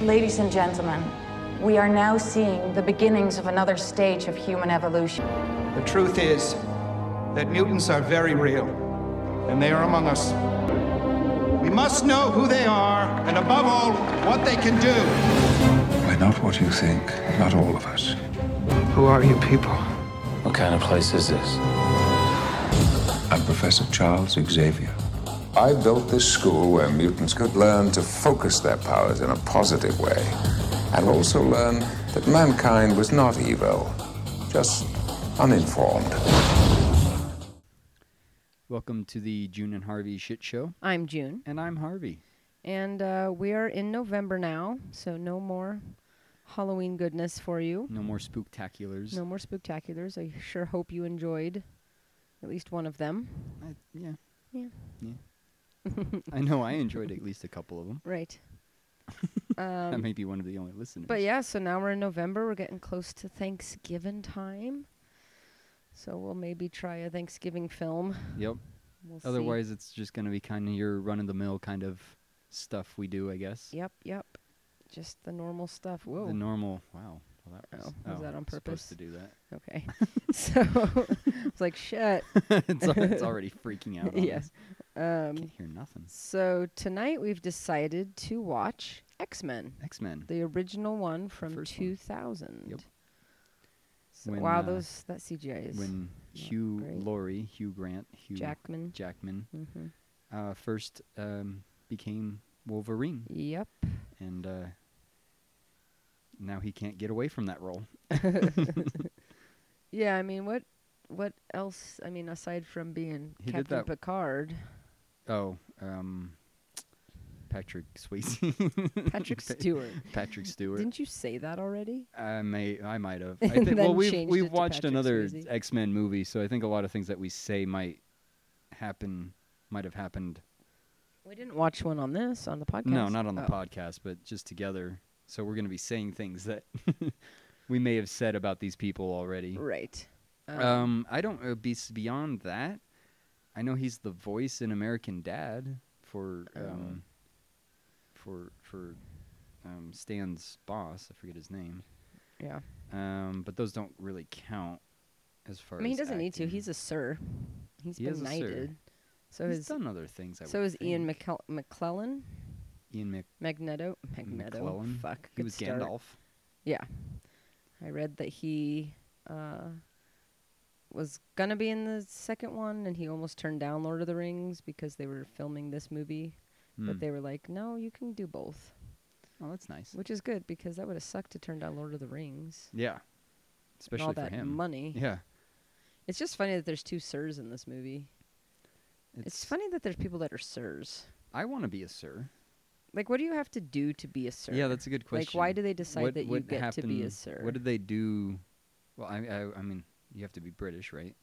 Ladies and gentlemen, we are now seeing the beginnings of another stage of human evolution. The truth is that mutants are very real, and they are among us. We must know who they are, and above all, what they can do. We're not what you think, not all of us. Who are you people? What kind of place is this? I'm Professor Charles Xavier. I built this school where mutants could learn to focus their powers in a positive way and also learn that mankind was not evil, just uninformed. Welcome to the June and Harvey Shit Show. I'm June. And I'm Harvey. And uh, we are in November now, so no more Halloween goodness for you. No more spooktaculars. No more spooktaculars. I sure hope you enjoyed at least one of them. I, yeah. Yeah. Yeah. I know I enjoyed at least a couple of them. Right. I may be one of the only listeners. Um, But yeah, so now we're in November. We're getting close to Thanksgiving time. So we'll maybe try a Thanksgiving film. Yep. We'll see. Otherwise, it's just going to be kind of your run of the mill kind of stuff we do, I guess. Yep, yep. Just the normal stuff. Whoa. The normal. Wow. Well, that was, Oh, was that on I'm purpose? Supposed to do that. okay. so it's like shit. it's, al- it's already freaking out. on Yes. us. Um, Can't hear nothing. so tonight we've decided to watch X Men, X Men. the original one from First one. 2000. Yep. So When, wow, uh, those that CGI is When not Hugh great. Laurie, Hugh Grant, Hugh Jackman. Jackman, hmm uh, first um, became Wolverine, Yep. and uh, now he can't get away from that role. Yeah, I mean, what what else? I mean, aside from being He did Captain that- Picard, Oh, um, Patrick Swayze, Patrick Stewart. Patrick Stewart. Didn't you say that already? I may, I might have. And I think, well, then we've changed it we've to watched Patrick another Swayze. X Men movie, so I think a lot of things that we say might happen, might have happened. We didn't watch one on this on the podcast. No, not on the Oh. podcast, but just together. So we're gonna be saying things that we may have said about these people already. Right. Um, I don't. Uh, be, beyond that, I know he's the voice in American Dad for Oh, um, for for um, Stan's boss. I forget his name. yeah. Um, but those don't really count as far. I mean, he as doesn't need to. acting. He's a sir. He's He been is a sir. knighted. So He's is done other things. I so would is Ian think. McClel- McClellan. Ian Mc- Magneto. Magneto. McClellan. Fuck. He good was start. Gandalf. Yeah. I read that he uh, was going to be in the second one and he almost turned down Lord of the Rings because they were filming this movie. But Hmm. they were like, no, you can do both, Oh, that's nice. which is good because that would have sucked to turn down Lord of the Rings. Yeah, especially and all for that him. money. Yeah, It's just funny that there's two sirs in this movie. It's, funny that there's people that are sirs. I want to be a sir. Like, what do you have to do to be a sir? Yeah, that's a good question. Like, why do they decide What- that you what get to be a happened- sir? What did they do? Well, I, I, I mean, you have to be British, right?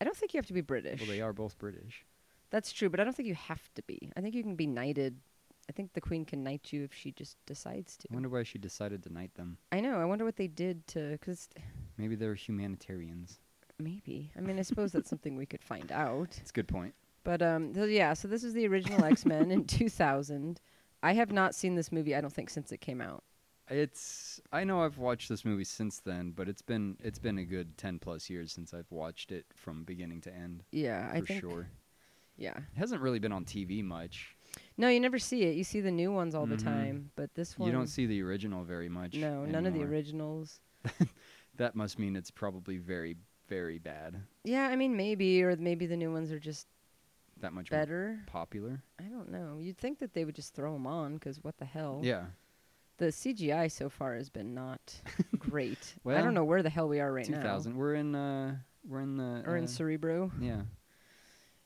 I don't think you have to be British. Well, they are both British. That's true, but I don't think you have to be. I think you can be knighted. I think the queen can knight you if she just decides to. I wonder why she decided to knight them. I know. I wonder what they did to. Because Maybe they're humanitarians. maybe. I mean, I suppose that's something we could find out. It's a good point. But um, so yeah. So this is the original X Men in 2000. I have not seen this movie. I don't think since it came out. It's I know I've watched this movie since then, but it's been it's been a good ten plus years since I've watched it from beginning to end. Yeah, For I think. sure, Yeah. it hasn't really been on TV much. No, you never see it. You see the new ones all Mhm. the time, but this one. You don't see the original very much. No, none of the anymore. originals. That must mean it's probably very very bad. Yeah, I mean maybe, or maybe the new ones are just That much more better. popular. I don't know. You'd think that they would just throw them on because what the hell? Yeah. The CGI so far has been not great. I Well, don't know where the hell we are right Two thousand. We're in uh we're in the now. Or in uh, Cerebro. Yeah.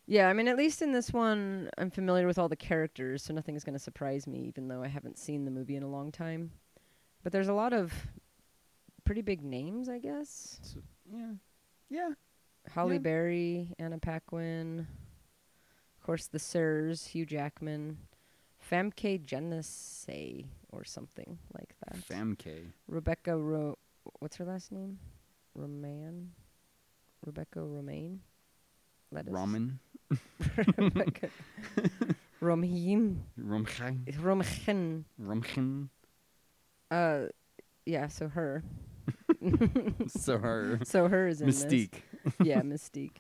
Yeah, I mean, at least in this one, I'm familiar with all the characters, so nothing's going to surprise me, even though I haven't seen the movie in a long time. But there's a lot of pretty big names, I guess. So, yeah. Yeah. Holly Yeah. Berry, Anna Paquin, of course, the Sirs, Hugh Jackman, Famke Jennessey, or something like that. Famke. Rebecca Ro what's her last name? Roman. Rebecca Romaine. Lettuce. Ramen. Rebecca. Romhin. Rumchen. Romhin. Rumchen. Uh, yeah. So her. so her So her is in this. mystique. yeah, Mystique.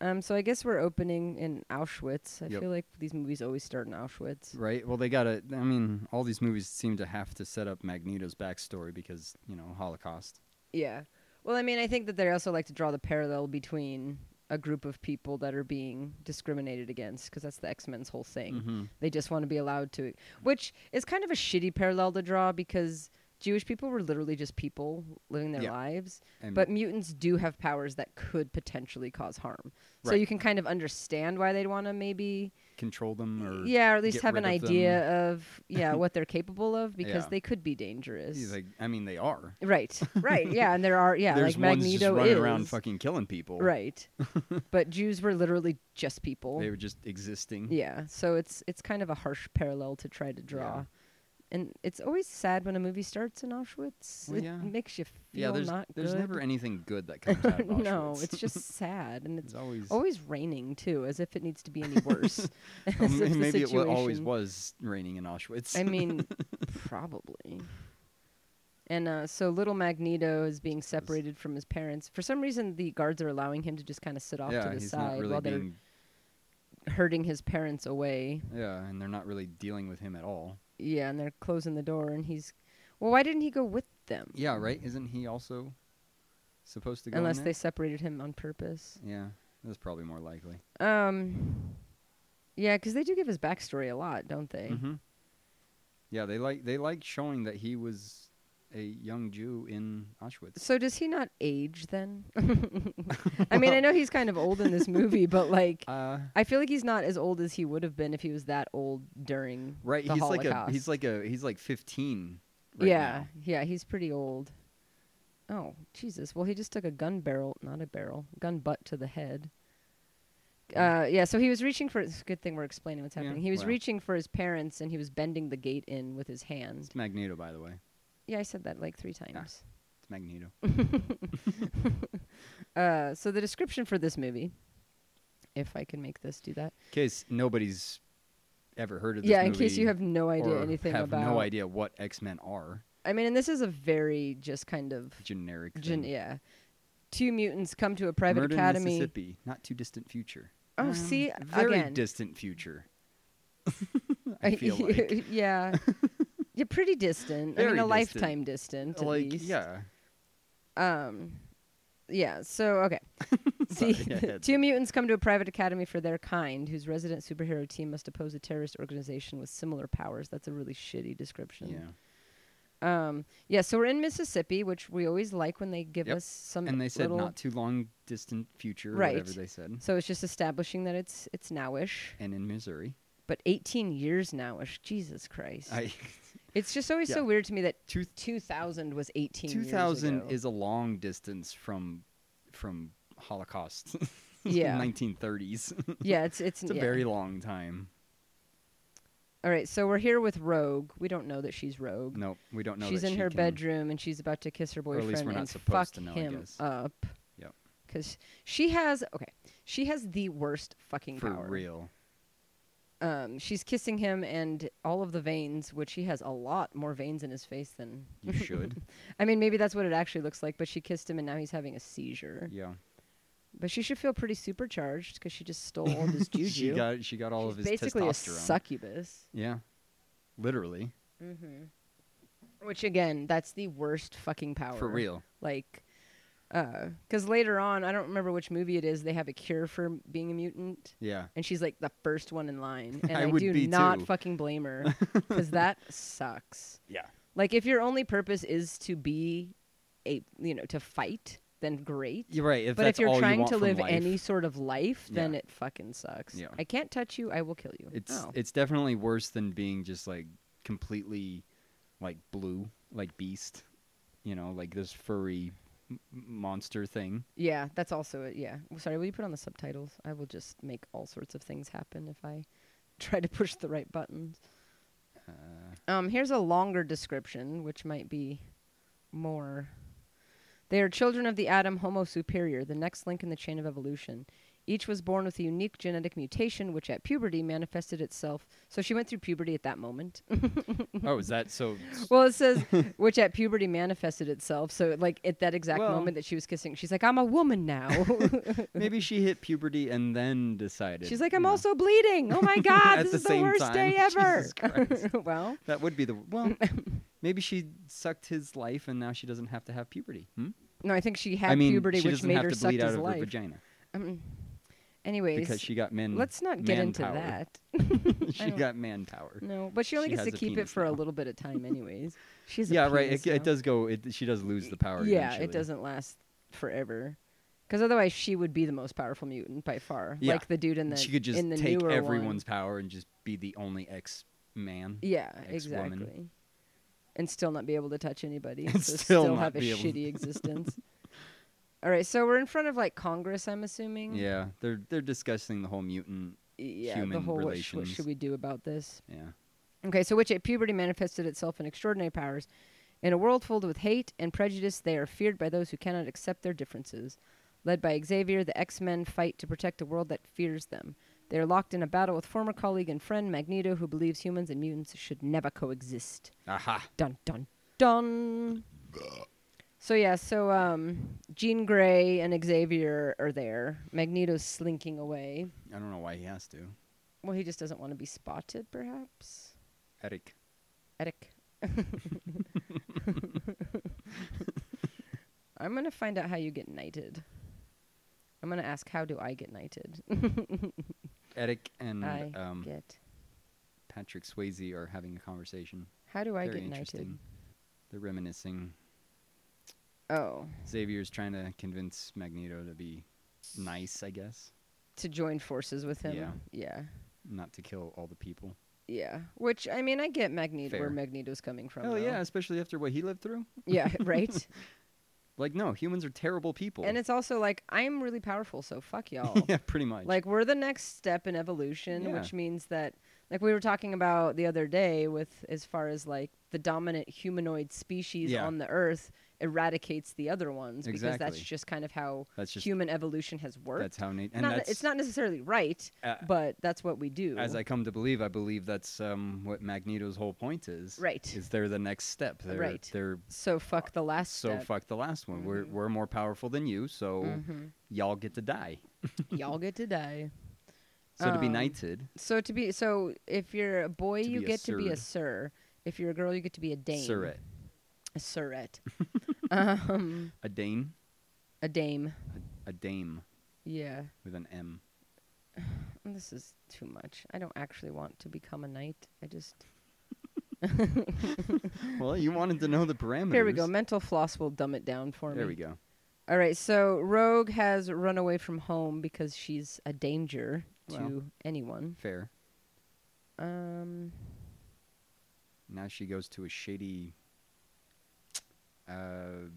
Um, so I guess we're opening in Auschwitz. I Yep. feel like these movies always start in Auschwitz. Right. Well, they gotta. I mean, all these movies seem to have to set up Magneto's backstory because you know Holocaust. Yeah. Well, I mean, I think that they also like to draw the parallel between a group of people that are being discriminated against because that's the X Men's whole thing. Mm-hmm. They just want to be allowed to, which is kind of a shitty parallel to draw because Jewish people were literally just people living their Yeah. lives. And- but mutants do have powers that could potentially cause harm. So Right. you can kind of understand why they'd want to maybe Control them, or yeah, or at least get have an rid of them. idea of yeah what they're capable of because Yeah. they could be dangerous. Yeah, Like, I mean, they are. right, right, yeah, and there are yeah There's like ones Magneto just running is around fucking killing people. right, but Jews were literally just people. They were just existing. yeah, so it's it's kind of a harsh parallel to try to draw. And it's always sad when a movie starts in Auschwitz. Well, it yeah. makes you feel Yeah, there's not there's good. never anything good that comes out of Auschwitz. no, it's Oh, just sad, and it's, It's always- always raining too, as if it needs to be any worse. As Well, if m- the maybe it wa- always situation- was raining in Auschwitz. I mean, probably. And uh, so little Magneto is being separated from his parents. For some reason, the guards are allowing him to just kind of sit off yeah, to the he's side not really while being. they're herding his parents away. Yeah, and they're not really dealing with him at all. Yeah, and they're closing the door, and he's. Well, why didn't he go with them? Yeah, right. Isn't he also supposed to go? in Mm-hmm. Unless there? they separated him on purpose. Yeah, that's probably more likely. Um, yeah, because they do give his backstory a lot, don't they? hmm Yeah, they like they like showing that he was a young Jew in Auschwitz. So does he not age then? I mean, I know he's kind of old in this movie, but like, Uh, I feel like he's not as old as he would have been if he was that old during right. the he's Holocaust. like a he's like a he's like fifteen. Right yeah, yeah, he's pretty old. Oh Jesus! Well, he just took a gun barrel, not a barrel, gun butt to the head. Uh, yeah, so he was reaching for. It's a good thing we're explaining what's Yeah, happening. He was wow. reaching for his parents, and he was bending the gate in with his hand. It's Magneto, by the way. Yeah, I said that like three Ah. times. It's Magneto. Uh, so the description for this movie, if I can make this do that. In case nobody's ever heard of this yeah, in case you movie have no idea or anything have about. no idea what X Men are. I mean, and this is a very just kind of Generic. gen- thing. yeah. Two mutants come to a private Murder in academy. Mississippi, not too distant future. Oh, see Very again. distant future. I feel like. yeah. You're pretty distant. I Very mean, a distant. lifetime distant. At Like least. yeah, Um, yeah. So okay. Sorry, See, I had two mutants come to a private academy for their kind, whose resident superhero team must oppose a terrorist organization with similar powers. That's a really shitty description. yeah. Um, yeah, so we're in Mississippi, which we always like when they give Yep. us some and they said little- not too long distant future or Right. whatever they said So it's just establishing that it's it's nowish, and in missouri but 18 years nowish. Jesus Christ! i it's just always yeah. so weird to me that two, 2000 was 18. years 2000 ago. is a long distance from from holocaust Yeah. 1930s yeah, it's it's, it's a yeah. very long time All right, so we're here with Rogue. We don't know that she's Rogue. no we don't know she's that in she her can- bedroom and she's about to kiss her Or at boyfriend least we're not and supposed fuck to know, I him guess. up. Yep. Because she has okay, she has the worst fucking for power. real um, she's kissing him and all of the veins, which he has a lot more veins in his face than. you should I mean, maybe that's what it actually looks like, but she kissed him and now he's having a seizure. yeah But she should feel pretty supercharged because she just stole all of his juju. she got she got all of She's his basically a testosterone succubus. yeah literally Which, again, that's the worst fucking power. for real Like, because later on, I don't remember which movie it is, they have a cure for m- being a mutant. yeah And she's like the first one in line. And I, I would do be not too. fucking blame her because that sucks. yeah Like if your only purpose is to be a you know to fight, then great. you're right if but that's if you're all you trying want to from live life, any sort of life, then Yeah. it fucking sucks. Yeah. I can't touch you. I will kill you. It's Oh. it's definitely worse than being just like completely like blue, like beast, you know, like this furry m- m- monster thing. yeah. That's also it. Yeah. W- Sorry. Will you put on the subtitles? I will just make all sorts of things happen if I try to push the right buttons. um. Here's a longer description, which might be more They are children of the atom Homo superior, the next link in the chain of evolution. Each was born with a unique genetic mutation, which at puberty manifested itself. So she went through puberty at that moment. oh, is that so? well, it says which at puberty manifested itself. So like at that exact Well- moment that she was kissing, she's like, "I'm a woman now." Maybe she hit puberty and then decided. she's like, "I'm you know, also bleeding. Oh my god, At this the is the same worst time. day Jesus Christ. ever." well, That would be the well. maybe she sucked his life, and now she doesn't have to have puberty. Hmm? no, I think she had I mean, puberty, she which doesn't made have her to suck bleed out his of her life. vagina Anyways, because she got men. let's not get into manpower. that. she got manpower. No, but she only She gets to has a keep it penis for a now. little bit of time, anyways. She's Yeah, right. It, it does go. It, she does lose the power. Yeah, eventually. it doesn't last forever. Because otherwise, she would be the most powerful mutant by far. Yeah. Like the dude in the she could just in the take newer one. everyone's power and just be the only ex man. Yeah, ex-woman. exactly. And still not be able to touch anybody. And so still not have a be able to- shitty existence. All right, so we're in front of like Congress, I'm assuming. Yeah, they're they're discussing the whole mutant. Yeah, the human whole what sh- what relations. should we do about this? Yeah, Okay, so which at puberty manifested itself in extraordinary powers. In a world filled with hate and prejudice, they are feared by those who cannot accept their differences. Led by Xavier, the X Men fight to protect a world that fears them. They are locked in a battle with former colleague and friend Magneto, who believes humans and mutants should never coexist. aha, Dun dun dun. So yeah, so um, Jean Grey and Xavier are there. Magneto's slinking away. I don't know why he has to. Well, he just doesn't want to be spotted, perhaps. Eric. Eric. I'm gonna find out how you get knighted. I'm gonna ask how do I get knighted? Eric and I Mm, um, get Patrick Swayze are having a conversation. how do I Very get knighted? interesting. They're reminiscing. Oh, Xavier's trying to convince Magneto to be nice, I guess, to join forces with him. Yeah. yeah, not to kill all the people. yeah. Which I mean, I get Magneto where Fair. Magneto's coming from. Hell though. yeah, especially after what he lived through. yeah, right. Like, no, humans are terrible people. and it's also like I'm really powerful, so fuck y'all. yeah, pretty much. Like we're the next step in evolution, Yeah. which means that like we were talking about the other day with as far as like the dominant humanoid species Yeah. on the earth eradicates the other ones because that's Exactly. just kind of how That's just- human evolution has worked. that's how Nate. And Not that- that's, it's not necessarily right, Uh, but that's what we do. As I come to believe, I believe that's um, what Magneto's whole point is. Right. Is they're the next step. They're, Right. They're so fuck the last so step. Mm-hmm. fuck the last one. We're we're more powerful than you, so y'all get to die. Y'all get to die. So to be Um, knighted, So to be so if you're a boy, To you be a get to be a sird. sir. If you're a girl, you get to be a dame. Surrey, A surette. a Dane, a dame. a dame Yeah. with an M. This is too much. I don't actually want to become a knight. I just Well, you wanted to know the parameters. here we go. Mental floss will dumb it down for me. There we go. All right. So Rogue has run away from home because she's a danger to Well. anyone. Fair. Um. Now she goes to a shady uh,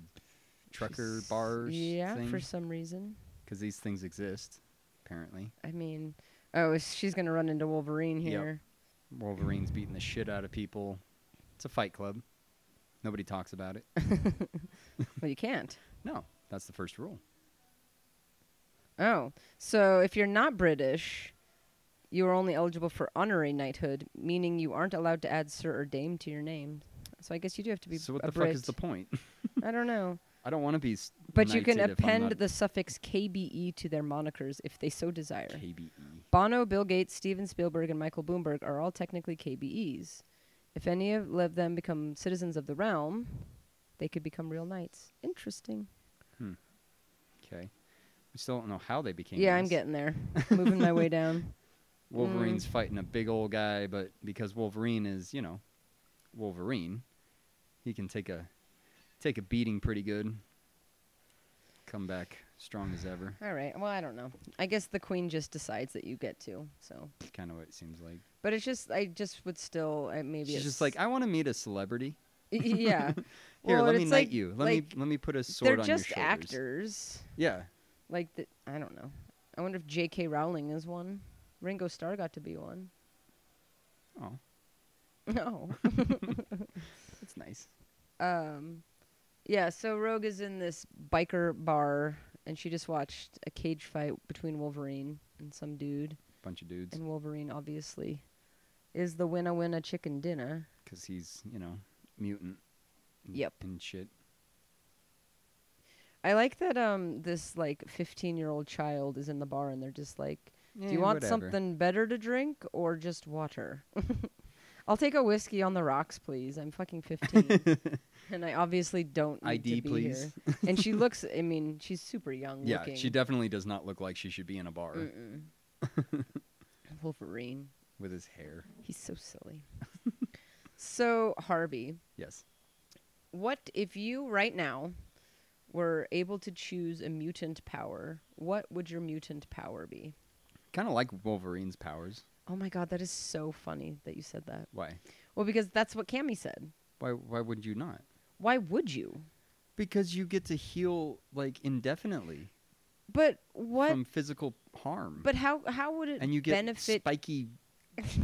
trucker she's- bars Yeah, thing for some reason. because these things exist apparently. I mean, oh, is- she's gonna run into Wolverine Yep. here. Wolverine's beating the shit out of people. It's a fight club. Nobody talks about it. Well, you can't. no, that's the first rule. Oh, so if you're not British, you are only eligible for honorary knighthood, meaning you aren't allowed to add sir or dame to your name. So I guess you do have to be So what a the Brit. fuck is the point? I don't know. I don't want to be. s- But you can knighted if I'm append not the suffix KBE to their monikers if they so desire. KBE. Bono, Bill Gates, Steven Spielberg, and Michael Bloomberg are all technically KBEs. If any of le- them become citizens of the realm, they could become real knights. Interesting. Okay. We still don't know how they became. Yeah, I'm this. getting there. Moving my way down. Mm. Wolverine's fighting a big old guy, but because Wolverine is, you know, Wolverine, he can take a take a beating pretty good. Come back strong as ever. All right. Well, I don't know. I guess the queen just decides that you get to. So, Kind of what it seems like. but it's just I just would still I maybe She's it's just like, I want to meet a celebrity. yeah. Here, well, let it's me knight like, you. Let like, me let me put a sword They're on just your shoulders. actors. Yeah, Like the, I don't know. I wonder if J.K. Rowling is one. Ringo Starr got to be one. Oh. No. that's nice. um, yeah. So Rogue is in this biker bar and she just watched a cage fight between Wolverine and some dude. bunch of dudes And Wolverine obviously is the winna winna chicken dinner. because he's you know mutant. and- Yep. And shit. I like that um this like 15 year old child is in the bar and they're just like, do Eh, you want whatever. something better to drink or just water? I'll take a whiskey on the rocks, please. I'm fucking 15. and I obviously don't need ID, to be please. here. And she looks, I mean, she's super young Yeah, looking. she definitely does not look like she should be in a bar Wolverine. with his hair. He's so silly. so, Harvey, Yes. what if you right now were able to choose a mutant power? What would your mutant power be? Kind of like Wolverine's powers. Oh my god, that is so funny that you said that. Why? Well, because that's what Cammy said. Why? Why would you not? Why would you? Because you get to heal like indefinitely But what? from physical harm. but how how would it and you get benefit? Oh spiky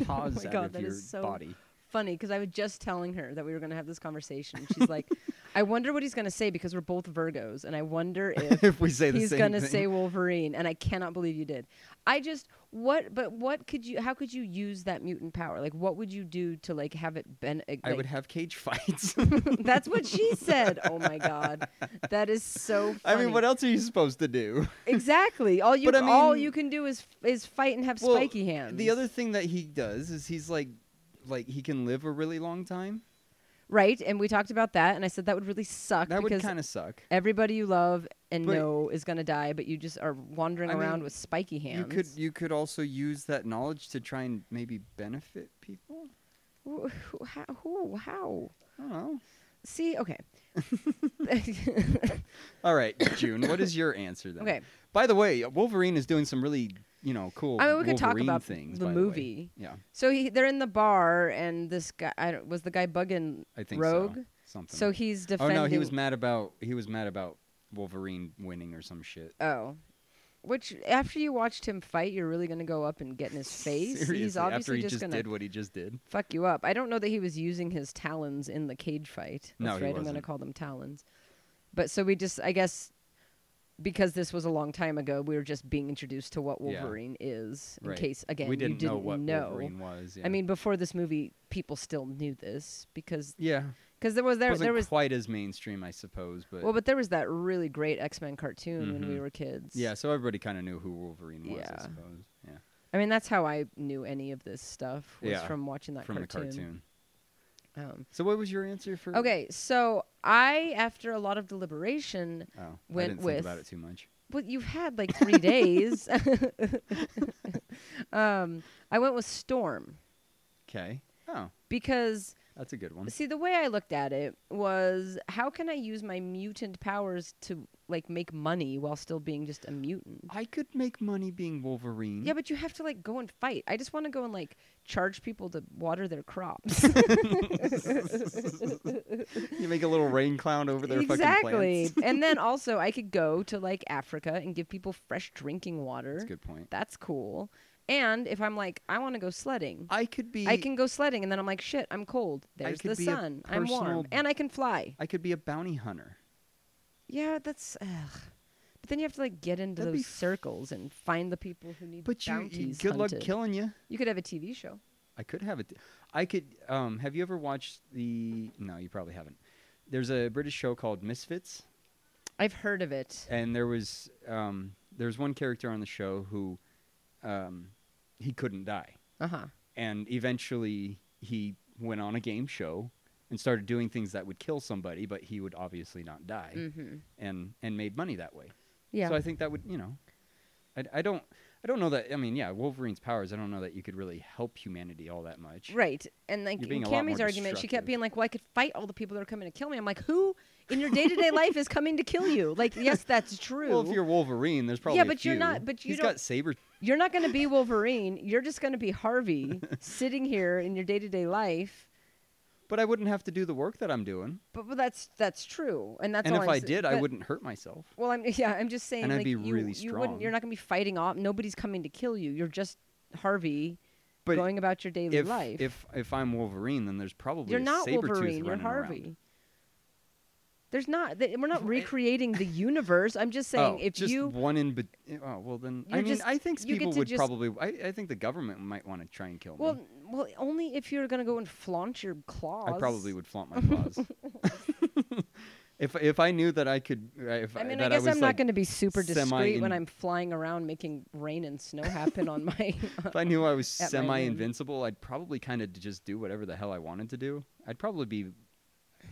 paws my out God, of that your is so- body. funny because I was just telling her that we were going to have this conversation. and She's like, I wonder what he's going to say because we're both Virgos, and I wonder if if we say the he's same gonna thing. say Wolverine, and I cannot believe you did. I just what, but what could you? How could you use that mutant power? Like, what would you do to like have it been? Like, I would have cage fights. that's what she said. Oh my god, that is so. I Funny. mean, what else are you supposed to do? Exactly. All you But I all mean- you can do is is fight and have Well, spiky hands. The other thing that he does is he's like, like he can live a really long time. right, and we talked about that, and I said that would really suck That would because kind of suck. everybody you love and But- know is gonna die, but you just are wandering I around mean, with spiky hands. You could you could also use that knowledge to try and maybe benefit people. Who, who, how, who, how? I don't know. See, okay. All right, June, what is your answer then? Okay. By the way, Wolverine is doing some really you know cool. I mean, we could talk Wolverine about things, the by way. movie. Yeah, So he, they're in the bar, and this guy I don't, was the guy bugging I think Rogue. so. Something. So he's Oh defending. no, he was mad about he was mad about Wolverine winning or some shit. Oh. which after you watched him fight, you're really gonna go up and get in his face. He's Seriously, obviously after he just, gonna did what he just did. fuck you up. I don't know that he was using his talons in the cage fight. That's No, right. he I'm gonna wasn't. call them talons. But so we just, I guess, because this was a long time ago, we were just being introduced to what Yeah. Wolverine is. In Right. case again, we didn't, you didn't know what know. Wolverine was. Yeah. I mean, before this movie, people still knew this because yeah, because there was there wasn't there was quite as mainstream, I suppose, but well, but there was that really great X Men cartoon when we Mhm. were kids. yeah, so everybody kind of knew who Wolverine was, Yeah. I suppose. Yeah, I mean that's how I knew any of this stuff was Yeah, from watching that from cartoon. the cartoon. Um, So what was your answer for? okay, so I after a lot of deliberation, Oh, I went didn't with- think about it too much. well, you've had like three days. um, I went with Storm Okay. Oh, because that's a good one. See, the way I looked at it was how can I use my mutant powers to like make money while still being just a mutant? I could make money being Wolverine. Yeah, but you have to like go and fight. I just want to go and like charge people to water their crops. you make a little rain cloud over their fucking exactly. plants. and then also I could go to like Africa and give people fresh drinking water. That's a good point. That's cool. And if I'm like I want to go sledding, I could be. I can go sledding and then I'm like shit, I'm cold. There's could the be a sun. I'm warm personal- and I can fly. I could be a bounty hunter. Yeah, that's ugh. But then you have to like get into That'd be those circles and find the people who need But you, bounties. you good luck hunted. killing you. You could have a TV show. I could have it. I could. Um, have you ever watched the? No, you probably haven't. There's a British show called Misfits, I've heard of it. and there was um, there was one character on the show who um, he couldn't die, Uh huh. and eventually he went on a game show and started doing things that would kill somebody, but he would obviously not die, Mm-hmm. and and made money that way. Yeah. So I think that would you know, I, I don't I don't know that I mean yeah Wolverine's powers I don't know that you could really help humanity all that much. right. And like You're in being a lot Cammy's more argument, she destructive. kept being like, "Well, I could fight all the people that are coming to kill me." I'm like, "Who in your day to day life is coming to kill you?" Like, yes, that's true. Well, if you're Wolverine, there's probably a but you're few. not- but you He's don't- got saber. You're not going to be Wolverine. You're just going to be Harvey sitting here in your day to day life. But I wouldn't have to do the work that I'm doing. But, but that's that's true, and that's and all if I'm I s- did, I but- wouldn't hurt myself. Well, I'm yeah, I'm just saying And I'd like be you, really you wouldn't you're strong. not going to be fighting off. Nobody's coming to kill you. You're just Harvey But going about your daily if life. if if I'm Wolverine, then there's probably you're a not saber Wolverine, tooth you're running around. Harvey. There's not. th- We're not recreating the universe. I'm just saying, oh, if just you one in, bet- oh well, then I You're mean, just- I think you get people to would just- probably. I, I think the government might want to try and kill me. well, well, only if you're gonna go and flaunt your claws. I probably would flaunt my claws. if if I knew that I could, if I mean, I that guess was I'm not like- going to be super discreet when semi-in- I'm flying around making rain and snow happen on my. If I knew I was at my end. semi invincible, I'd probably kind of just do whatever the hell I wanted to do. I'd probably be,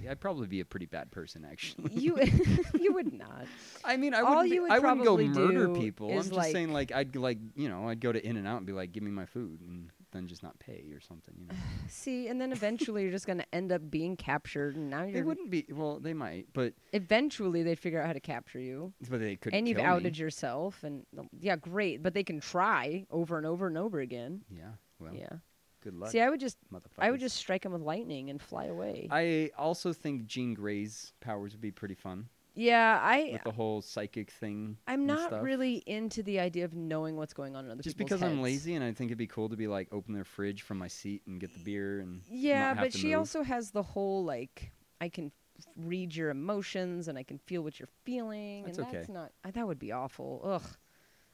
I'd probably be a pretty bad person actually. you you would not. I mean, I All wouldn't, be- you would I wouldn't go probably murder do people. I'm is, just like- saying, like, I'd like, you know, I'd go to In and Out and be like, give me my food, and then just not pay or something. You know, See, and then eventually you're just going to end up being captured, and now they you're. wouldn't be. Well, they might, but Eventually, they figure out how to capture you, but they could. and you've kill outed me. yourself, and um, yeah, great. But they can try over and over and over again. Yeah. Well. yeah. Good luck. See, I would just, I motherfuckers. would just strike them with lightning and fly away. I also think Jean Grey's powers would be pretty fun yeah, I, with the whole psychic thing. I'm and not stuff. really into the idea of knowing what's going on in other just people's because I'm heads. lazy and I think it'd be cool to be like open their fridge from my seat and get the beer and Yeah, not have but to she move. also has the whole like I can f- read your emotions and I can feel what you're feeling, That's and okay. that's not uh, that would be awful. Ugh,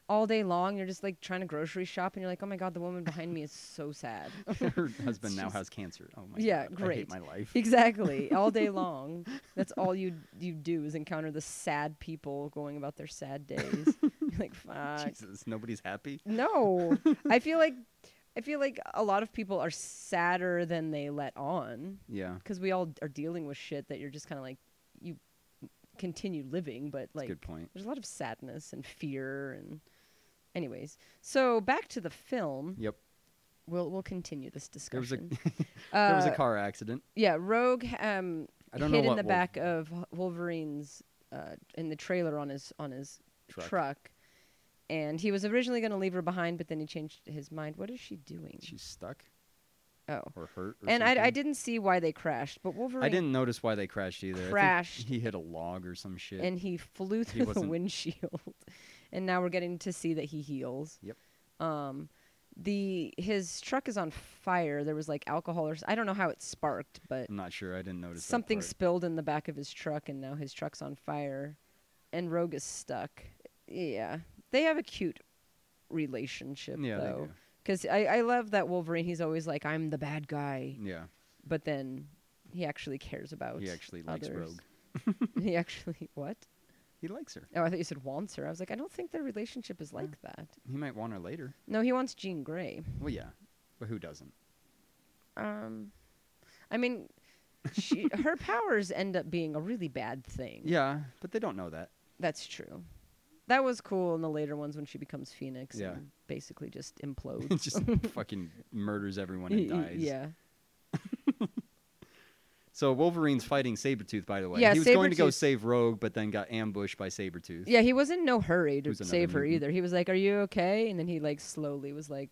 all day long you're just like trying to grocery shop and you're like, oh my god, the woman behind me is so sad. her husband now She's- has cancer. Oh my Yeah, god, I great. hate my life. exactly, all day long. That's all you you do is encounter the sad people going about their sad days. you're like, fuck. Jesus, nobody's happy. No, I feel like I feel like a lot of people are sadder than they let on. Yeah, because we all are dealing with shit that you're just kind of like you continue living, but that's like a good point. there's a lot of sadness and fear and anyways. So back to the film. Yep, We'll we'll continue this there was a discussion. there was a Uh, car accident. Yeah, Rogue um I don't know hid in what the Wolv- back of Wolverine's uh, in the trailer on his on his Truck. And he was originally going to leave her behind, but then he changed his mind. What is she doing? She's stuck oh, or hurt. Or and I, I something. didn't see why they crashed, but Wolverine I didn't notice why they crashed either. I think crashed he hit a log or some shit. and he flew through the wasn't- windshield and now we're getting to see that he heals Yep. um the his truck is on fire there was like alcohol or s- i don't know how it sparked but I'm not sure. I didn't notice Mm, that something part. spilled in the back of his truck and now his truck's on fire and rogue is stuck yeah they have a cute relationship Yeah, they though do. because I, I love that wolverine he's always like i'm the bad guy Yeah, but then he actually cares about he actually likes others. Rogue. he actually what He likes her. Oh, I thought you said wants her. I was like, I don't think their relationship is Oh. like that. He might want her later. No, he wants Jean Grey. Well, yeah, but who doesn't? Um, I mean, she, her powers end up being a really bad thing. Yeah, but they don't know that. that's true. That was cool in the later ones when she becomes Phoenix Yeah. and basically just It implodes. just fucking murders everyone and dies. yeah, So Wolverine's fighting Sabretooth, by the way. Yeah, he was going to go Sabretooth- save Rogue, but then got ambushed by Sabretooth. yeah. He was in no hurry to Who's another save her mutant. either. He was like, "Are you okay?" And then he like slowly was like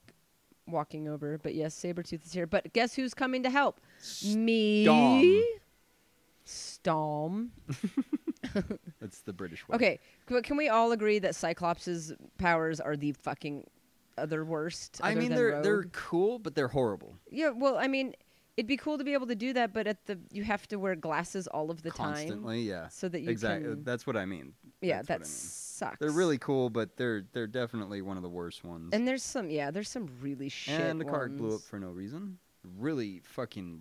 walking over. But yes, Sabretooth is here. But guess who's coming to help? Me. Storm. That's the British way. Okay, c- but can we all agree that Cyclops' powers are the fucking other worst? I other mean, than they're Rogue? they're cool, but they're horrible. yeah. Well, I mean, it'd be cool to be able to do that, but at the you have to wear glasses all of the time. Constantly, yeah. so that you exactly. can- That's what I mean. Yeah, what I that mean. sucks. They're really cool, but they're they're definitely one of the worst ones. and there's some yeah, there's some really shit. And the car blew up ones. for no reason. Really fucking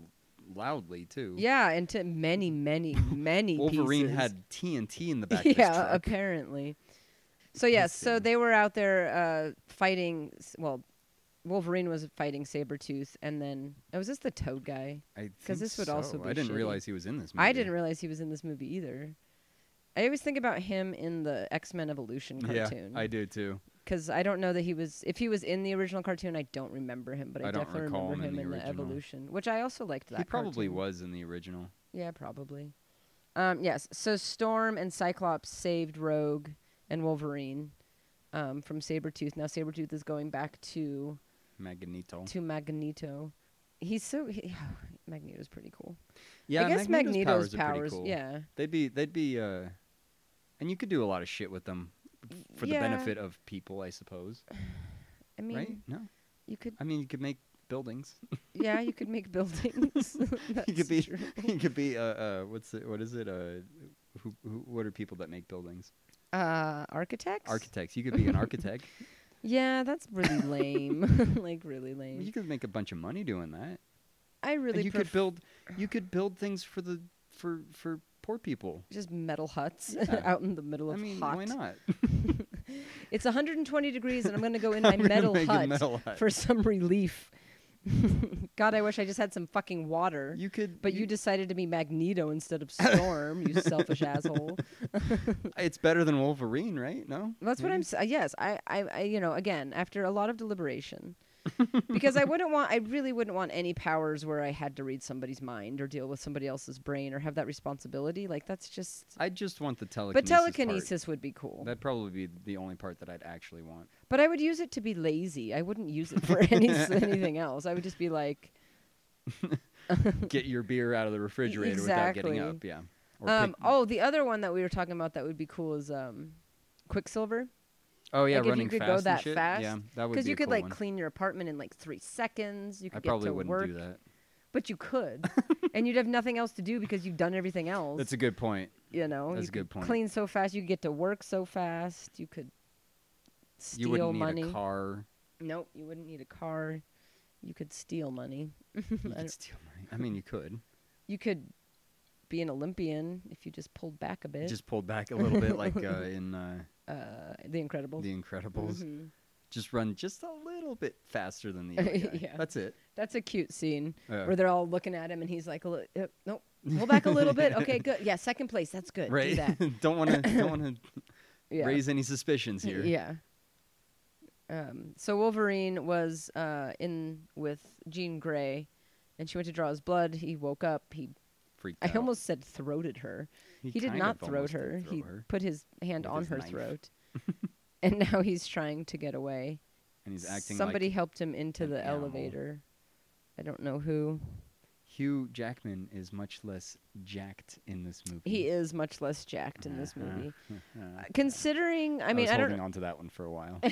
loudly too. Yeah, and to many, many, many. Wolverine pieces. had TNT in the back of his yeah, truck. apparently. So yes, so Insane. they were out there uh, fighting. s- Well, Wolverine was fighting Sabretooth, and then oh, was this the Toad guy? Because this would also be I didn't shitty. realize he was in this movie. I didn't realize he was in this movie either. I always think about him in the X Men Evolution cartoon Yeah, I do too. because I don't know that he was. If he was in the original cartoon, I don't remember him, but I, I don't definitely recall him remember him in in the the, original. Evolution, which I also liked. That he probably cartoon. was in the original. Yeah, probably. Um, yes. So Storm and Cyclops saved Rogue and Wolverine um, from Sabretooth. Now Sabretooth is going back to Magneto. to Magneto. He's so he, Magneto's pretty cool. Yeah, I guess Magneto's, Magneto's, powers, are pretty cool. yeah. They'd be they'd be uh and you could do a lot of shit with them f- for yeah. the benefit of people, I suppose. I mean, right? No. you could I mean, you could make buildings. yeah, you could make buildings. you That's could be true. you could be uh, uh what's it what is it? Uh who, who what are people that make buildings? Uh, architects. Architects. You could be an architect. yeah, that's really lame. like really lame. you could make a bunch of money doing that. I And really. you could pref- build you could build things for the for for poor people. just metal huts Yeah. out in the middle I of mean, hot. why not? It's 120 degrees, and I'm going to go in my I'm gonna metal make a hut, metal hut. for some relief. God, I wish I just had some fucking water. You could but you, decided to be Magneto instead of Storm, you selfish asshole. it's better than Wolverine, right? No? That's what I'm. s- uh, Yes, I, I, I, you know, again, after a lot of deliberation, because I wouldn't want, I really wouldn't want any powers where I had to read somebody's mind or deal with somebody else's brain or have that responsibility. Like that's just. I just want the telekinesis. But part. telekinesis would be cool. That'd probably be the only part that I'd actually want. But I would use it to be lazy. I wouldn't use it for any anything else. I would just be like, Get your beer out of the refrigerator without getting exactly. up, yeah. Or um, pick- oh, the other one that we were talking about that would be cool is um, Quicksilver. oh yeah, like running if you could fast go and that shit? fast, Yeah, that would be because you a could cool like one. clean your apartment in like three seconds. You could I get probably to wouldn't work, do that. but you could, and you'd have nothing else to do because you've done everything else. That's a good point. you know, that's you a good could point. Clean so fast, you could get to work so fast. You could steal you wouldn't need money. a car. Nope, you wouldn't need a car. You could steal money. You I don't- could steal money. I mean, you could. you could be an Olympian if you just pulled back a bit. Just pulled back a little bit, like uh, in uh, uh, the Incredibles. The Incredibles. Mhm. Just run just a little bit faster than the other guy. Yeah. That's it. That's a cute scene Yeah. where they're all looking at him and he's like, "Look, uh, nope, pull back a little bit. Okay, good. Yeah, second place. That's good. Do Right. that. don't want to. Don't want to Yeah. raise any suspicions here. Yeah. Um, so Wolverine was uh, in with Jean Grey, and she went to draw his blood. He woke up. He Freaked I out. almost said throated her. Oh. He He, did kind not of throat almost did her. throat he her put his hand with on his her knife. throat, and now he's trying to get away. And he's acting Somebody like helped him into an the animal. elevator. I don't know who. Hugh Jackman is much less jacked in this movie. He is much less jacked in this movie. Uh, Considering, I Uh-huh. mean, was I, don't. holding on to that one for a while.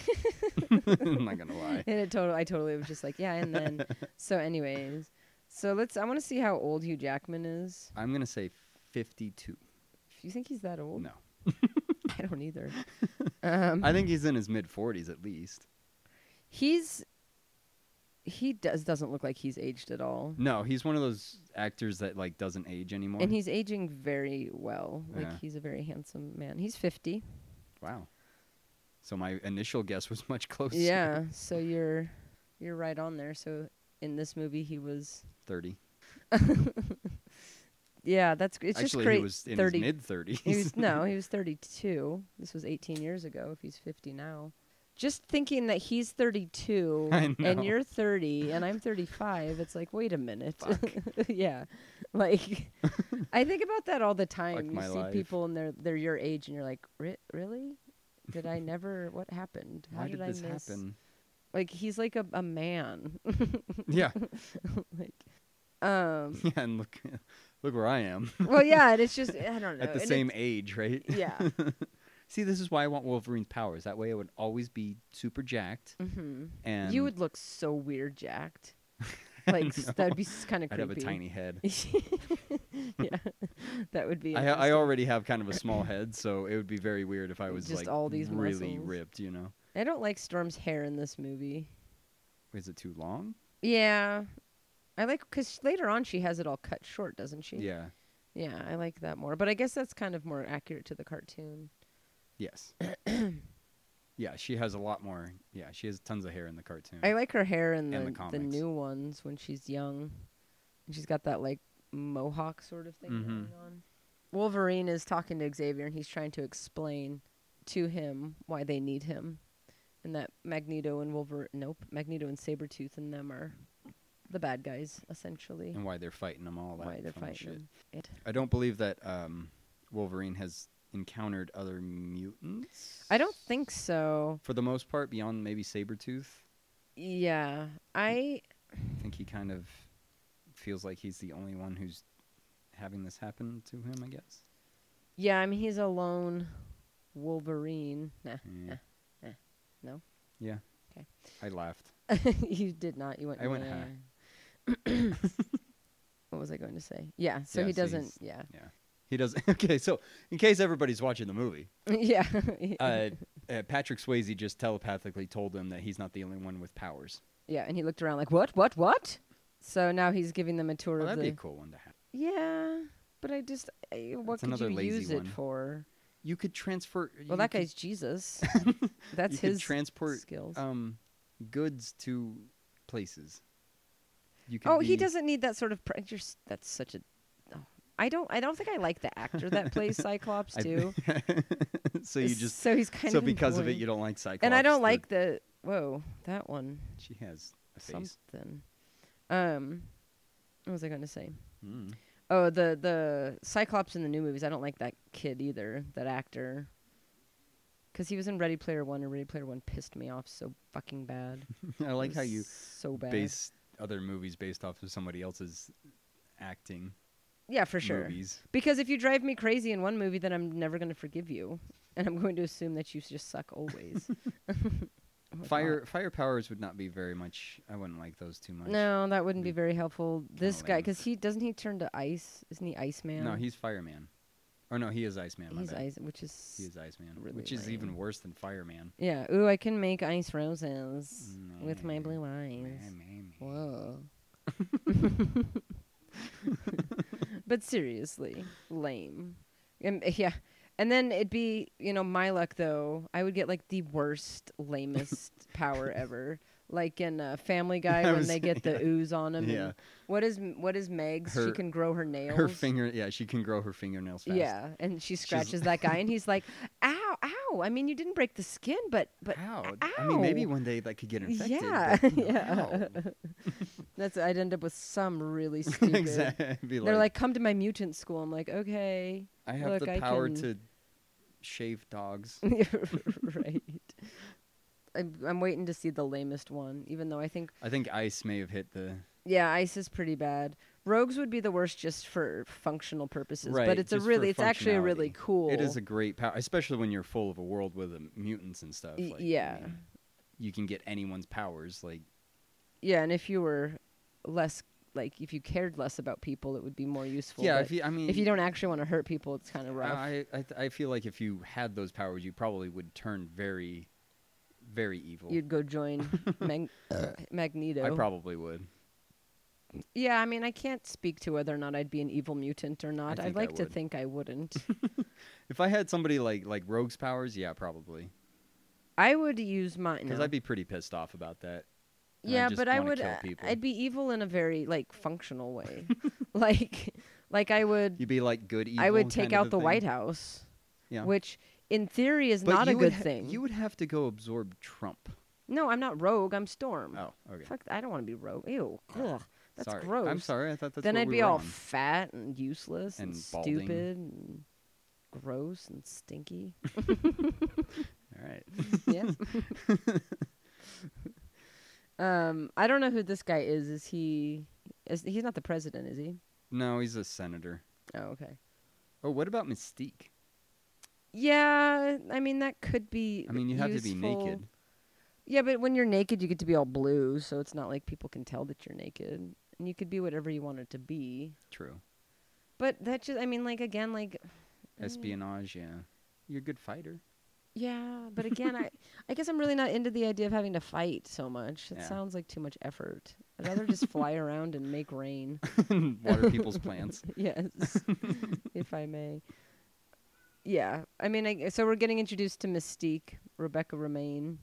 I'm not gonna lie. And it totally, I totally was just like, yeah. And then, so, anyways, so let's. I want to see how old Hugh Jackman is. I'm gonna say 52. Do you think he's that old? No, I don't either. Um, I think he's in his mid 40s at least. he's he does doesn't look like he's aged at all, No, he's one of those actors that like doesn't age anymore. and he's aging very well. Like Yeah. he's a very handsome man. He's fifty. wow. So my initial guess was much closer. Yeah, so you're you're right on there. So in this movie, he was 30. yeah. That's it's Actually, just great. he was in Thirty. his mid 30s. he was no, he was 32. This was 18 years ago. If he's 50 now, just thinking that he's 32 I know. and you're 30 and I'm 35, it's like wait a minute. yeah, like I think about that all the time. you my see life. people and they're they're your age and you're like, "Re- really? Did I never? What happened? How Why did, I this miss? happen? Like he's like a, a man. yeah. like um Yeah, and look look where I am well yeah and it's just i don't know at the and same it's- age, right? yeah See, this is why I want Wolverine's powers. That way I would always be super jacked hmm and you would look so weird jacked like s- that'd be kind of I'd creepy have a tiny head. yeah that would be I, I interesting. already have kind of a small head, so it would be very weird if I was Just like all these really muscles. ripped. You know, I don't like storm's hair in this movie is it too long? yeah i like because later on she has it all cut short doesn't she Yeah. yeah i like that more but i guess that's kind of more accurate to the cartoon Yes. yeah, she has a lot more. Yeah, she has tons of hair in the cartoon. I like her hair And in the, the the, comics. new ones when she's young. And she's got that like mohawk sort of thing Mhm. going on. Wolverine is talking to Xavier and he's trying to explain to him why they need him. And that Magneto and Wolverine, nope, Magneto and Sabretooth and them are the bad guys, essentially. and why they're fighting them all that. Why they're fun fighting shit. him. It- I don't believe that um, Wolverine has encountered other mutants. I don't think so. for the most part, beyond maybe Sabretooth. Yeah. I, I think he kind of feels like he's the only one who's having this happen to him. I guess. yeah, I mean, he's a lone Wolverine. Nah. Yeah. eh, no? Yeah. 'Kay. I laughed. you did not. You went. I went, huh. "Nah." what was I going to say? Yeah. So Yeah, he so doesn't. he's- yeah. Yeah. He doesn't. Okay, so in case everybody's watching the movie, yeah. uh, uh, Patrick Swayze just telepathically told him that he's not the only one with powers. yeah, and he looked around like, what, what, what? So now he's giving them a tour Well, of that'd the. be a cool one to have. Yeah, but I just, I, what That's could another you lazy use it one. for? You could transfer. you Well, that could- guy's Jesus. That's you his could transport skills. um, goods to places. You could oh, be- he doesn't need that sort of. Pr- you're, s- that's such a. oh. I don't. I don't think I like the actor that plays Cyclops I- too. so you just so he's kind so of because of it annoying. you don't like Cyclops. and I don't the- like the whoa that one She has a face. something. Um, what was I going to say? Mm. Oh, the the Cyclops in the new movies. I don't like that kid either. That actor. Because he was in Ready Player One, and Ready Player One pissed me off so fucking bad. I It like how was you so bad. base other movies based off of somebody else's acting. yeah, for sure. Movies. Because if you drive me crazy in one movie, then I'm never going to forgive you, and I'm going to assume that you just suck always. Oh my God. Fire fire powers would not be very much. I wouldn't like those too much. No, that wouldn't be Be very helpful. This guy, lame. because he doesn't he turn to ice? Isn't he Iceman? No, he's Fireman. Or no, he is Iceman. My he's bad. ice, which is He is Iceman, really which is even lame. worse than Fireman. yeah. Ooh, I can make ice roses with my blue eyes. Man, man, man. Whoa. but seriously, lame. Um, yeah. And then it'd be, you know, my luck though. I would get like the worst, lamest power ever. Like in uh, Family Guy I when was- they get the ooze on them. Yeah. What is what is Meg's? she Her- can grow her nails. Her finger, yeah, she can grow her fingernails fast. Yeah, and she scratches that guy, and he's like, "Ow, ow!" I mean, you didn't break the skin, but but How? I mean, maybe ow. one day that could get infected. Yeah, but yeah. how? that's I'd end up with some really stupid. exactly. Be They're like, "Come to my mutant school." I'm like, "Okay." I have look, the I power can- to shave dogs. right. I'm, I'm waiting to see the lamest one, even though I think I think ice may have hit the yeah, ice is pretty bad. Rogues would be the worst just for functional purposes, right. but it's a just for really, it's actually a really functionality. cool. It is a great power, especially when you're full of a world with um, mutants and stuff. Y- Like, I yeah. mean, you can get anyone's powers. Like Yeah, and if you were less like if you cared less about people, it would be more useful. yeah, but if you, I mean, if you don't actually want to hurt people, it's kind of rough. I, I I feel like if you had those powers, you probably would turn very, very evil. You'd go join Mag- Magneto. Uh, I probably would. yeah, I mean, I can't speak to whether or not I'd be an evil mutant or not. I'd think I like to would. think I wouldn't. If I had somebody like like Rogue's powers, yeah, probably. I would use mine. Because no. I'd be pretty pissed off about that. and I yeah, just but I wanna would. kill uh, people. I'd be evil in a very like functional way, like, like I would. You'd be like good evil. I would kind take of out the thing. White House, Yeah. which in theory is But not a you would good ha- thing. You would have to go absorb Trump. No, I'm not Rogue. I'm Storm. Oh, okay. Ah, Fuck, I don't want to be Rogue. Ew. ugh, that's sorry. gross. I'm sorry. I thought that's then what I'd we be were all on. fat and useless and, And balding. stupid and gross and stinky. all right. yes. um, I don't know who this guy is. Is he? Is he's not the president? Is he? No, he's a senator. Oh, okay. Oh, what about Mystique? Yeah, I mean that could be. I mean, you have to be useful. naked. Yeah, but when you're naked, you get to be all blue, so it's not like people can tell that you're naked, and you could be whatever you want it to be. True. But that just, I mean, like, again, like, Espionage. Yeah. You're a good fighter. yeah, but again, I, I guess I'm really not into the idea of having to fight so much. It Yeah. sounds like too much effort. I'd rather just fly around and make rain. Water people's plants. Yes, if I may. Yeah, I mean, I, so we're getting introduced to Mystique, Rebecca Romaine,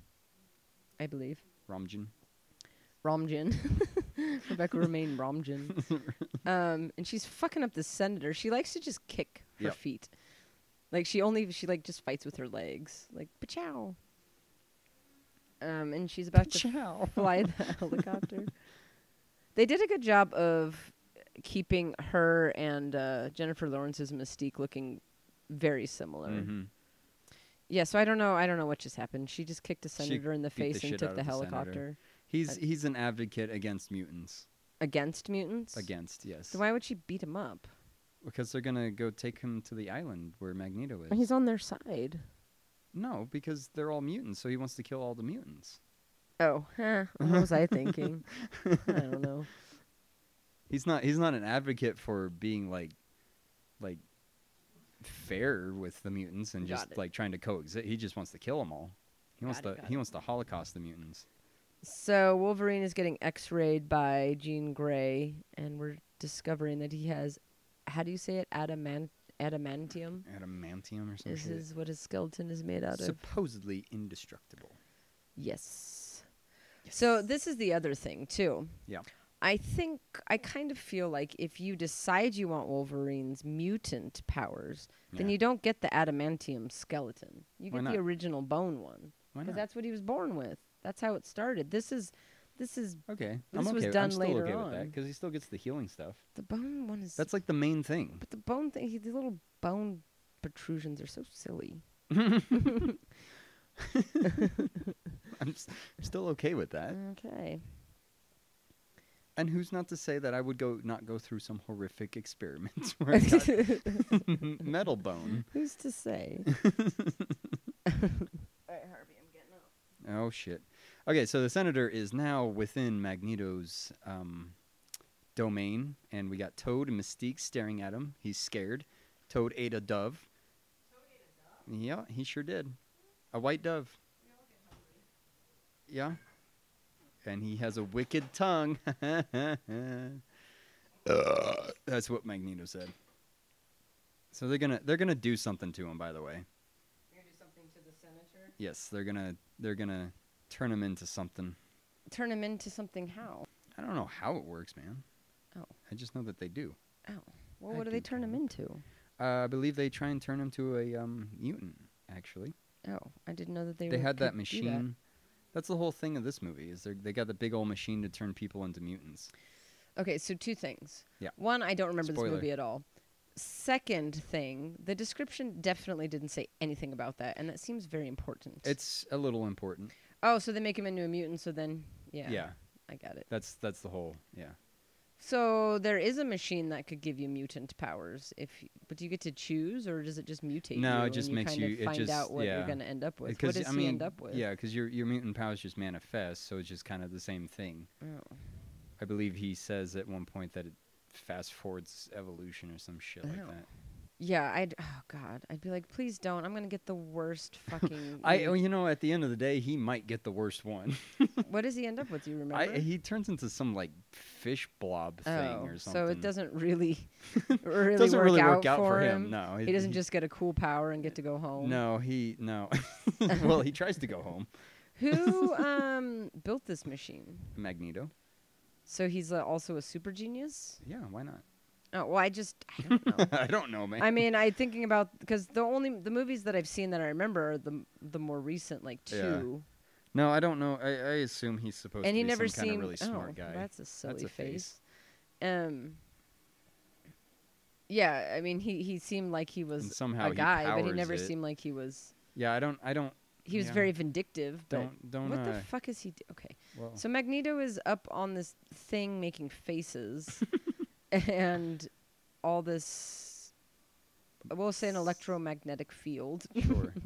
I believe. Ramjan. Romjan. Rebecca Romaine Romjan. Um, and she's fucking up the senator. She likes to just kick her Yep. feet. Like she only she like just fights with her legs. Like pachow. Um, and she's about to fly the helicopter. They did a good job of keeping her and uh, Jennifer Lawrence's Mystique looking very similar. Mm-hmm. Yeah, so I don't know. I don't know what just happened. She just kicked a She senator in the beat the face and shit took out the of the senator. helicopter He's he's an advocate against mutants. against mutants. Against yes. So why would she beat him up? Because they're gonna go take him to the island where Magneto is. He's on their side. No, because they're all mutants, so he wants to kill all the mutants. Oh, huh. What was I thinking? I don't know. He's not he's not an advocate for being like like fair with the mutants and Got just it. like trying to coexist. He just wants to kill them all. He wants Got it, to got he it. wants to holocaust the mutants. So Wolverine is getting X-rayed by Jean Grey, and we're discovering that he has, how do you say it, Adamant- adamantium? Adamantium or something. This is what his skeleton is made out of. supposedly indestructible. yes. So this is the other thing too. Yeah. I think I kind of feel like if you decide you want Wolverine's mutant powers, then Yeah. you don't get the adamantium skeleton. You Why get not? the original bone one Why not? because that's what he was born with. That's how it started. This is this is Okay, This I'm was okay. done I'm still later okay with that on. because he still gets the healing stuff. the bone one is That's like the main thing. But the bone thing, he- these little bone protrusions are so silly. I'm, s- I'm still okay with that. Okay. And who's not to say that I would go not go through some horrific experiments where I got metal bone? Who's to say? Oh shit. Okay, so the senator is now within Magneto's um, domain, and we got Toad and Mystique staring at him. He's scared. Toad ate a dove. Toad ate a dove. Yeah, he sure did. A white dove. Yeah. And he has a wicked tongue. Ugh. That's what Magneto said. So they're gonna they're gonna do something to him, by the way. Yes, they're gonna they're gonna turn him into something. Turn him into something how? I don't know how it works, man. Oh. I just know that they do. Oh. Well, I what do they do turn him into? Uh, I believe they try and turn him to a um, mutant. Actually, Oh, I didn't know that they they, were- had that could do that. machine. That's the whole thing of this movie is they they got the big old machine to turn people into mutants. Okay, so two things. Yeah. One, I don't remember Spoiler. this movie at all. Second thing, the description definitely didn't say anything about that, and that seems very important. It's a little important. oh, so they make him into a mutant, so then yeah, Yeah. I got it. That's that's the whole. Yeah. So there is a machine that could give you mutant powers. If, y- but do you get to choose, or does it just mutate? No, you it and just you makes kind you- Of it find just- out what yeah. you're going to end up with. What Because, does I he mean, end up with? Yeah, because your your mutant powers just manifest, so it's just kind of the same thing. Oh. I believe he says at one point that it fast forwards evolution or some shit like Oh. that. Yeah, I'd. Oh God, I'd be like, please don't. I'm going to get the worst fucking. I mut- oh, you know at the end of the day he might get the worst one. what does he end up with? Do you remember? I, he turns into some like fish blob thing oh, or something. so it doesn't really, really Doesn't work, really out work out for him, no. he It- doesn't he- just get a cool power and get to go home. No, he no. well, he tries to go home. Who um built this machine? Magneto. So he's uh, also a super genius. Yeah, why not? Oh well, I just I don't know. I don't know, man. I mean, I thinking about because the only the movies that I've seen that I remember are the the more recent, like two, Yeah. no, I don't know. I, I assume he's supposed and to he be never some seemed kind of really smart oh, guy. That's a silly That's a face. Um. Yeah, I mean, he he seemed like he was somehow a he guy, but he powers never it. seemed like he was. Yeah, I don't. I don't. He was Yeah. very vindictive. but Don't- don't, What the uh, fuck is he? Do- okay. Well, So Magneto is up on this thing making faces, and all this. We'll say an electromagnetic field. sure.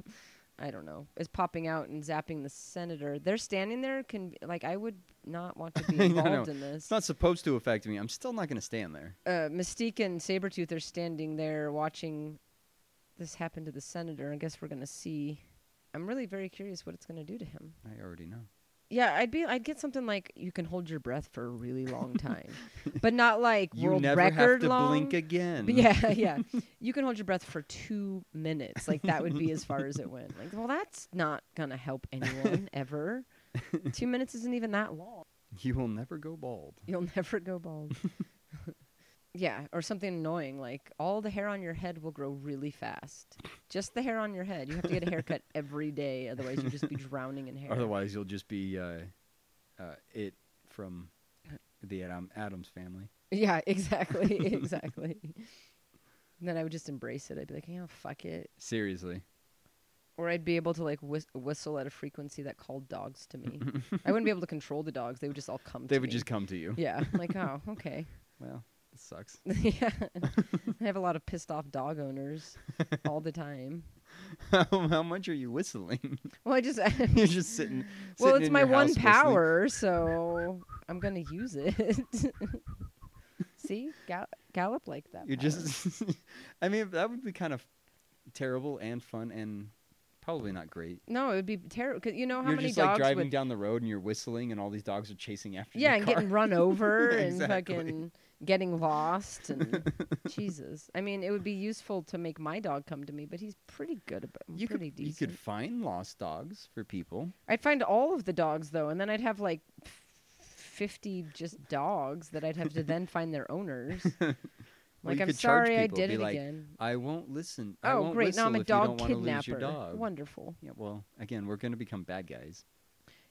I don't know, is popping out and zapping the senator. They're standing there. Can be- like I would not want to be No, no. involved in this. it's not supposed to affect me. I'm still not going to stand there. Uh, Mystique and Sabretooth are standing there watching this happen to the senator. I guess we're gonna see. I'm really very curious what it's gonna do to him. I already know. Yeah, I'd be. I'd get something like you can hold your breath for a really long time, but not like You world never record have to long. blink again. But yeah, yeah. You can hold your breath for two minutes. Like that would be as far as it went. Like, well, that's not gonna help anyone ever. two minutes isn't even that long. You will never go bald. You'll never go bald. yeah, or something annoying like all the hair on your head will grow really fast. Just the hair on your head. You have to get a haircut every day, otherwise you'll just be drowning in hair. Otherwise, you'll just be uh, uh, it from the Adam Adams family. Yeah, exactly, exactly. then I would just embrace it. I'd be like, you know, fuck it. Seriously. or I'd be able to like whis- whistle at a frequency that called dogs to me. I wouldn't be able to control the dogs; they would just all come. They to would me. just come to you. Yeah, I'm like oh, okay. Well, this sucks. yeah, I have a lot of pissed off dog owners all the time. how, how much are you whistling? Well, I just You're just sitting. well, sitting it's in my your one house whistling. power, so I'm gonna use it. See, Gal- gallop like that. You're power. just. I mean, that would be kind of terrible and fun and probably not great. No, it would be terrible. Cause you know how you're many just like dogs driving would down the road and you're whistling and all these dogs are chasing after yeah, your and car. getting run over Yeah, and exactly. fucking getting lost and Jesus. I mean, it would be useful to make my dog come to me, but he's pretty good about you could pretty you decent. could find lost dogs for people. I'd find all of the dogs though, and then I'd have like f- fifty just dogs that I'd have to then find their owners. Well, like you I'm could charge sorry I people, did be it like, again. I won't listen. I Oh won't great! Now I'm whistle a if you don't dog wanna lose your kidnapper. dog. Wonderful. Yeah, well, again, we're going to become bad guys.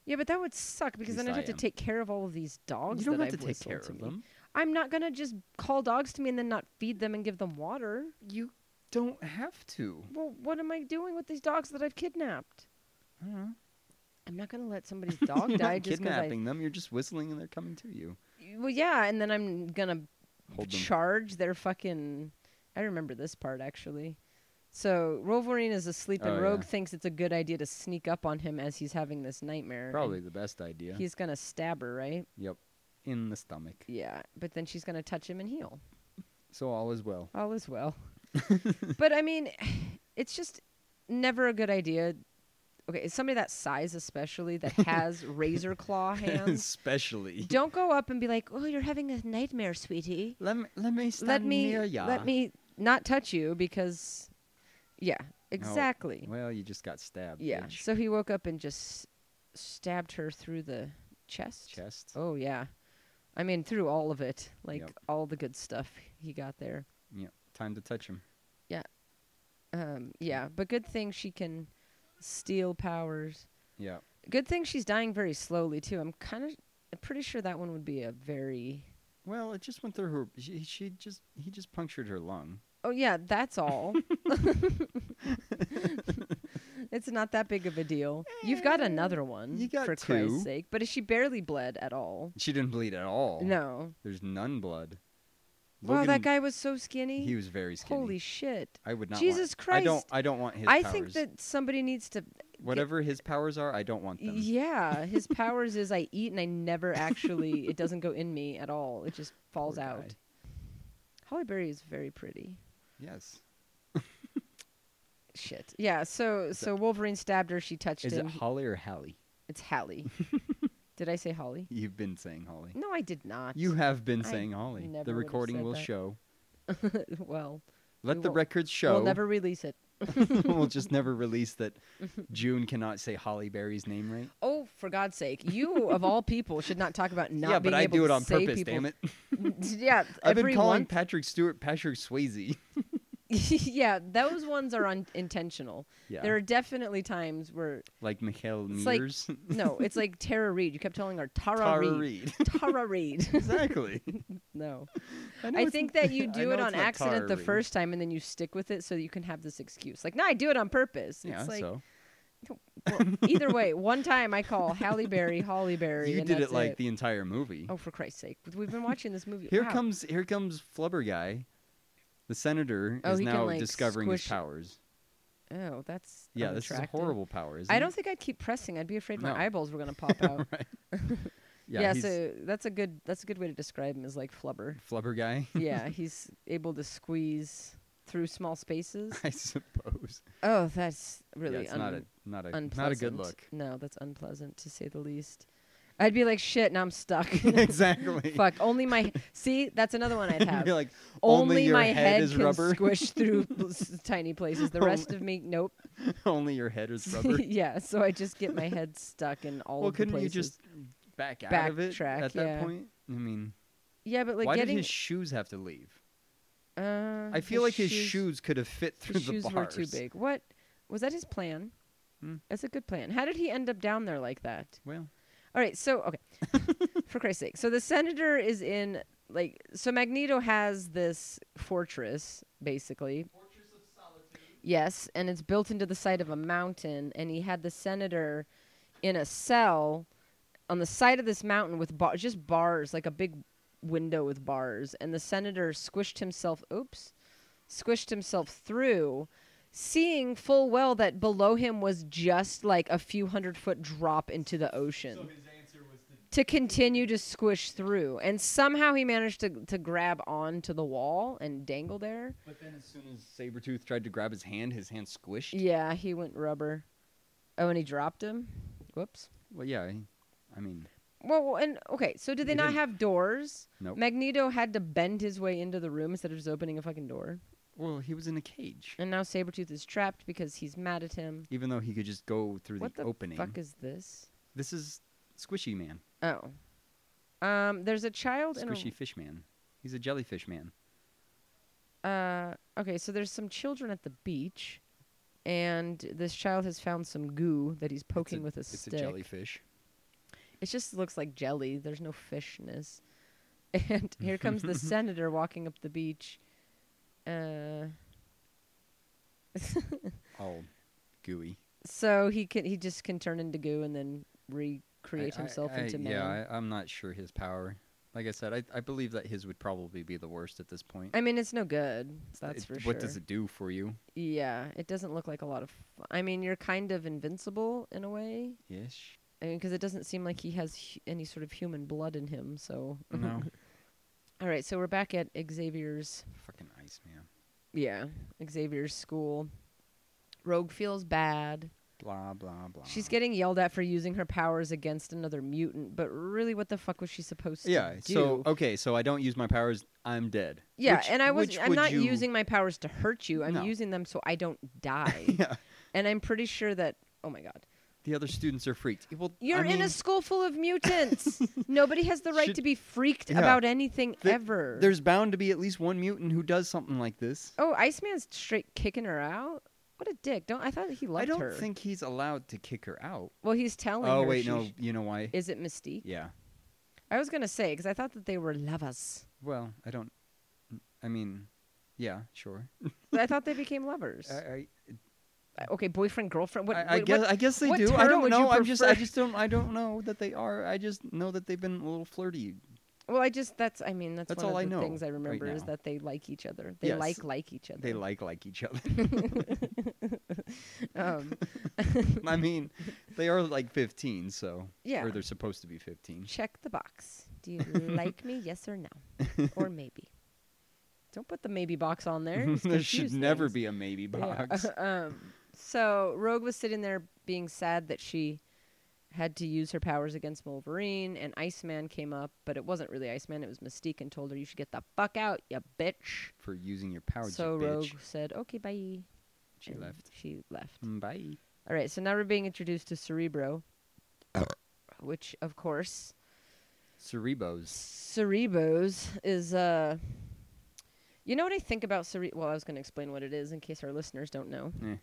Yeah, but that would suck because then least I'd I have to am. take care of all of these dogs. you don't that have I've to take whistled care to of me. them. I'm not gonna just call dogs to me and then not feed them and give them water. You don't have to. Well, what am I doing with these dogs that I've kidnapped? I don't know. I'm not gonna let somebody's dog You're die Mm-hmm. not just because I. kidnapping them. You're just whistling and they're coming to you. Well, yeah, and then I'm gonna Hold them. charge their fucking. I remember this part actually. So Wolverine is asleep, Oh, and Rogue yeah. thinks it's a good idea to sneak up on him as he's having this nightmare. and Probably the best idea. He's gonna stab her, right? Yep. In the stomach. Yeah, but then she's gonna touch him and heal. So all is well. All is well. but I mean, it's just never a good idea. Okay, it's somebody that size, especially that has razor claw hands, Especially. don't go up and be like, "Oh, you're having a nightmare, sweetie." Let me let me let stand me near ya. let me not touch you because, yeah, exactly. Well, you just got stabbed. yeah. bitch. So he woke up and just stabbed her through the chest. Chest. Oh yeah, I mean through all of it, like Yep. all the good stuff he got there. Yeah. Time to touch him. Um, yeah, but good thing she can steal powers. Yeah. Good thing she's dying very slowly too. I'm kind of pretty sure that one would be a very Well, it just went through her. She, she just he just punctured her lung. Oh yeah, that's all. it's not that big of a deal. You've got another one Eh, you got for two. Christ's sake, but she barely bled at all. She didn't bleed at all. No. There's none blood. Wow, that Logan- guy was so skinny. He was very skinny. Holy shit. I would not. Jesus want, I don't. Christ. I don't want his. I powers. think that somebody needs to whatever his powers are, I don't want them. Yeah, his powers is I eat and I never actually it doesn't go in me at all. It just falls Poor guy. out. Holly Berry is very pretty. Yes. Shit. Yeah, so so Wolverine stabbed her, she touched Is it him. Holly or Hallie? it's Hallie. Did I say Holly? You've been saying Holly. No, I did not. You have been Mm. I saying Holly. never The would've recording said will that. show. well, Let the won't- records show. we'll never release it. we'll just never release that June cannot say Holly Berry's name right. Oh, for God's sake! You of all people should not talk about not yeah, being but I able do it to on say purpose. people. Damn it! Yeah, I've been every calling one- Patrick Stewart Patrick Swayze. yeah, those ones are unintentional. Yeah. There are definitely times where like Michael It's like- Mears. no, it's like Tara Reid. You kept telling her Tara, Tara Reid. Tara Reid. exactly. know no, I it's- think that you I do know it it's not on Tara accident the Reid. first time, and then you stick with it so you can have this excuse. Like, no, I do it on purpose. Yeah. it's like, so Well, either way, one time I call Halle Berry, Holly Berry. you and did that's it like the entire movie. Oh, for Christ's sake! We've been watching this movie. Here Wow. comes here comes Flubber guy. The senator Oh, is he can, now like, discovering squish- his powers. Oh, that's Yeah, this is a unattractive. horrible power, isn't I it? don't think I'd keep pressing. I'd be afraid my No. eyeballs were gonna pop out. Yeah, he's so that's a good that's a good way to describe him as like flubber. Flubber guy, yeah, he's able to squeeze through small spaces. I suppose. Oh, that's really yeah, it's un- not a not a unpleasant. not a good look. No, that's unpleasant to say the least. I'd be like, shit, now I'm stuck. exactly. Fuck, only my see. That's another one I'd have. You're like only, your my head, is can rubber. squish through pl- s- tiny places. The rest of me, nope. only your head is rubber. yeah, so I just get my head stuck in all well, of the couldn't places. you just back out of it Backtrack, at yeah. that point? I mean, yeah, but like why getting. did his shoes have to leave? uh, I feel like his shoes, could have fit through His the shoes bars. were too big. What was that? His plan. Hmm. That's a good plan. How did he end up down there like that? Well, All right, so okay, for Christ's sake, so the senator is in like so Magneto has this fortress basically. Yes, and it's built into the side of a mountain, and he had the senator in a cell on the side of this mountain with bar- just bars, like a big window with bars, and the senator squished himself. Oops, squished himself through. Seeing full well that below him was just like a few hundred foot drop into the ocean. to continue to squish through. And somehow he managed to, to grab onto the wall and dangle there. But then as soon as Sabretooth tried to grab his hand, his hand squished. Yeah, he went rubber. Oh, and he dropped him. Whoops. Well, yeah. I, I mean, Well, well, and okay, so did they He not didn't- have doors? Nope. Magneto had to bend his way into the room instead of just opening a fucking door. well, he was in a cage. And now Sabretooth is trapped because he's mad at him. Even though he could just go through what the, the opening. fuck is this? this is Squishy Man. Oh. Um, there's a child in Squishy Fish Man. He's a jellyfish man. a uh okay, so there's some children at the beach and this child has found some goo that he's poking with a it's stick. a jellyfish. It just looks like jelly. There's no fishness. And here comes the senator walking up the beach. Uh All gooey. So he can he just can turn into goo and then recreate I- I- himself I- into man. Yeah, I, I'm not sure his power. Like I said, I, I believe that his would probably be the worst at this point. I, mean, it's no good. That's It- for what sure. does it do for you? Yeah, it doesn't look like a lot of. Fun. I mean, you're kind of invincible in a way. Yes. I mean, because it doesn't seem like he has hu- any sort of human blood in him. So, Mm-hmm. No. all right, so we're back at Xavier's. Fucking Iceman. Yeah, Xavier's school. Rogue feels bad. Blah blah blah. She's getting yelled at for using her powers against another mutant, but really, what the fuck was she supposed yeah. to do? So okay, so I don't use my powers. I'm dead. Yeah, Which- and I was which I'm would not you- using my powers to hurt you. I'm No. using them so I don't die. Yeah. And I'm pretty sure that oh my god. The other students are freaked. Well, I You're in mean, a school full of mutants. Nobody has the right Should- to be freaked Yeah. about anything th- ever. There's bound to be at least one mutant who does something like this. Oh, Iceman's straight kicking her out. What a dick. Don't I thought he loved I don't her. think he's allowed to kick her out. well, he's telling Oh her wait, she no. sh- You know why? Is it Mystique? yeah. I was going to say cuz I thought that they were lovers. Well, I don't. I mean, yeah, sure. I thought they became lovers. I, I, Uh, okay, boyfriend, girlfriend. What, I, I what- guess what- I guess they what do. I term don't would you know. I'm just I prefer? just don't I don't know that they are. I just know that they've been a little flirty. Well, I just that's I mean that's, That's one all I of the know things I right remember is now. that they like each other. They Yes. like like each other. They like like each other. Um, I mean, they are like 15, so Yeah. or they're supposed to be 15. check the box. Do you like me? Yes or no, or maybe. Don't put the maybe box on there. It's there should confused never things. be a maybe Yeah. box. um, so Rogue was sitting there being sad that she had to use her powers against Wolverine, and Iceman came up, but it wasn't really Iceman. It was Mystique, and told her, "You should get the fuck out, you bitch." For using your powers, so you Rogue bitch. said, "Okay, bye." She and left. She left. Mm, Bye. All right, so now we're being introduced to Cerebro, Uh. which, of course, Cerebos. Cerebos is. Uh, you know what I think about Cere? Well, I was going to explain what it is in case our listeners don't know. Eh.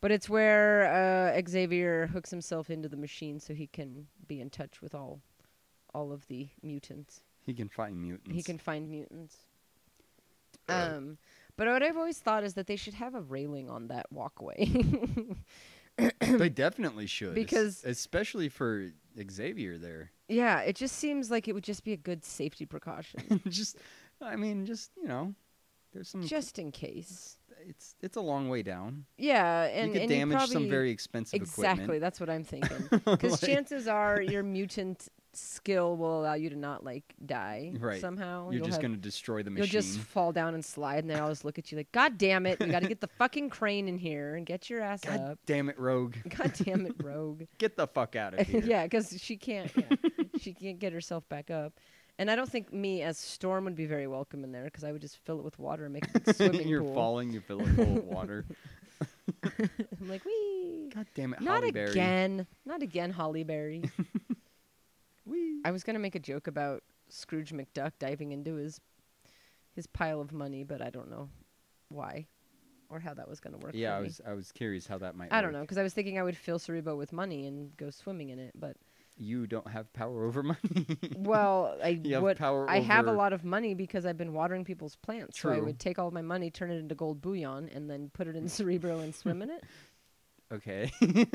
But it's where uh, Xavier hooks himself into the machine so he can be in touch with all, all of the mutants. He can find mutants. He can find mutants. Um, but what I've always thought is that they should have a railing on that walkway. they definitely should. es- Because- especially for Xavier there. yeah, it just seems like it would just be a good safety precaution, just I mean, just, you know, there's some just in case. it's it's a long way down. Yeah, and you could and damage probably, some very expensive exactly. equipment. That's what I'm thinking. Because Like- chances are your mutant skill will allow you to not like die Right. somehow. You're You'll just have- going to destroy the You'll machine. just fall down and slide, and they always look at you like, "God damn it! We got to get the fucking crane in here and get your ass God up." damn it, Rogue. God damn it, Rogue. Get the fuck out of here. yeah, because she can't. Yeah, she can't get herself back up. And I don't think me as Storm would be very welcome in there because I would just fill it with water and make it a swimming You're pool. falling, you fill it full of water. I'm like, wee. God damn it, Not Holly Berry. again. Not again, Holly Berry. Whee. I was gonna make a joke about Scrooge McDuck diving into his his pile of money, but I don't know why or how that was gonna work. Yeah, for I me. was I was curious how that might. I don't know work. because I was thinking I would fill Cerebo with money and go swimming in it, but You don't have power over money. well, I You have would. power I have a over- lot of money because I've been watering people's plants, so I True. would take all my money, turn it into gold bullion, and then put it in Cerebro and swim in it. okay.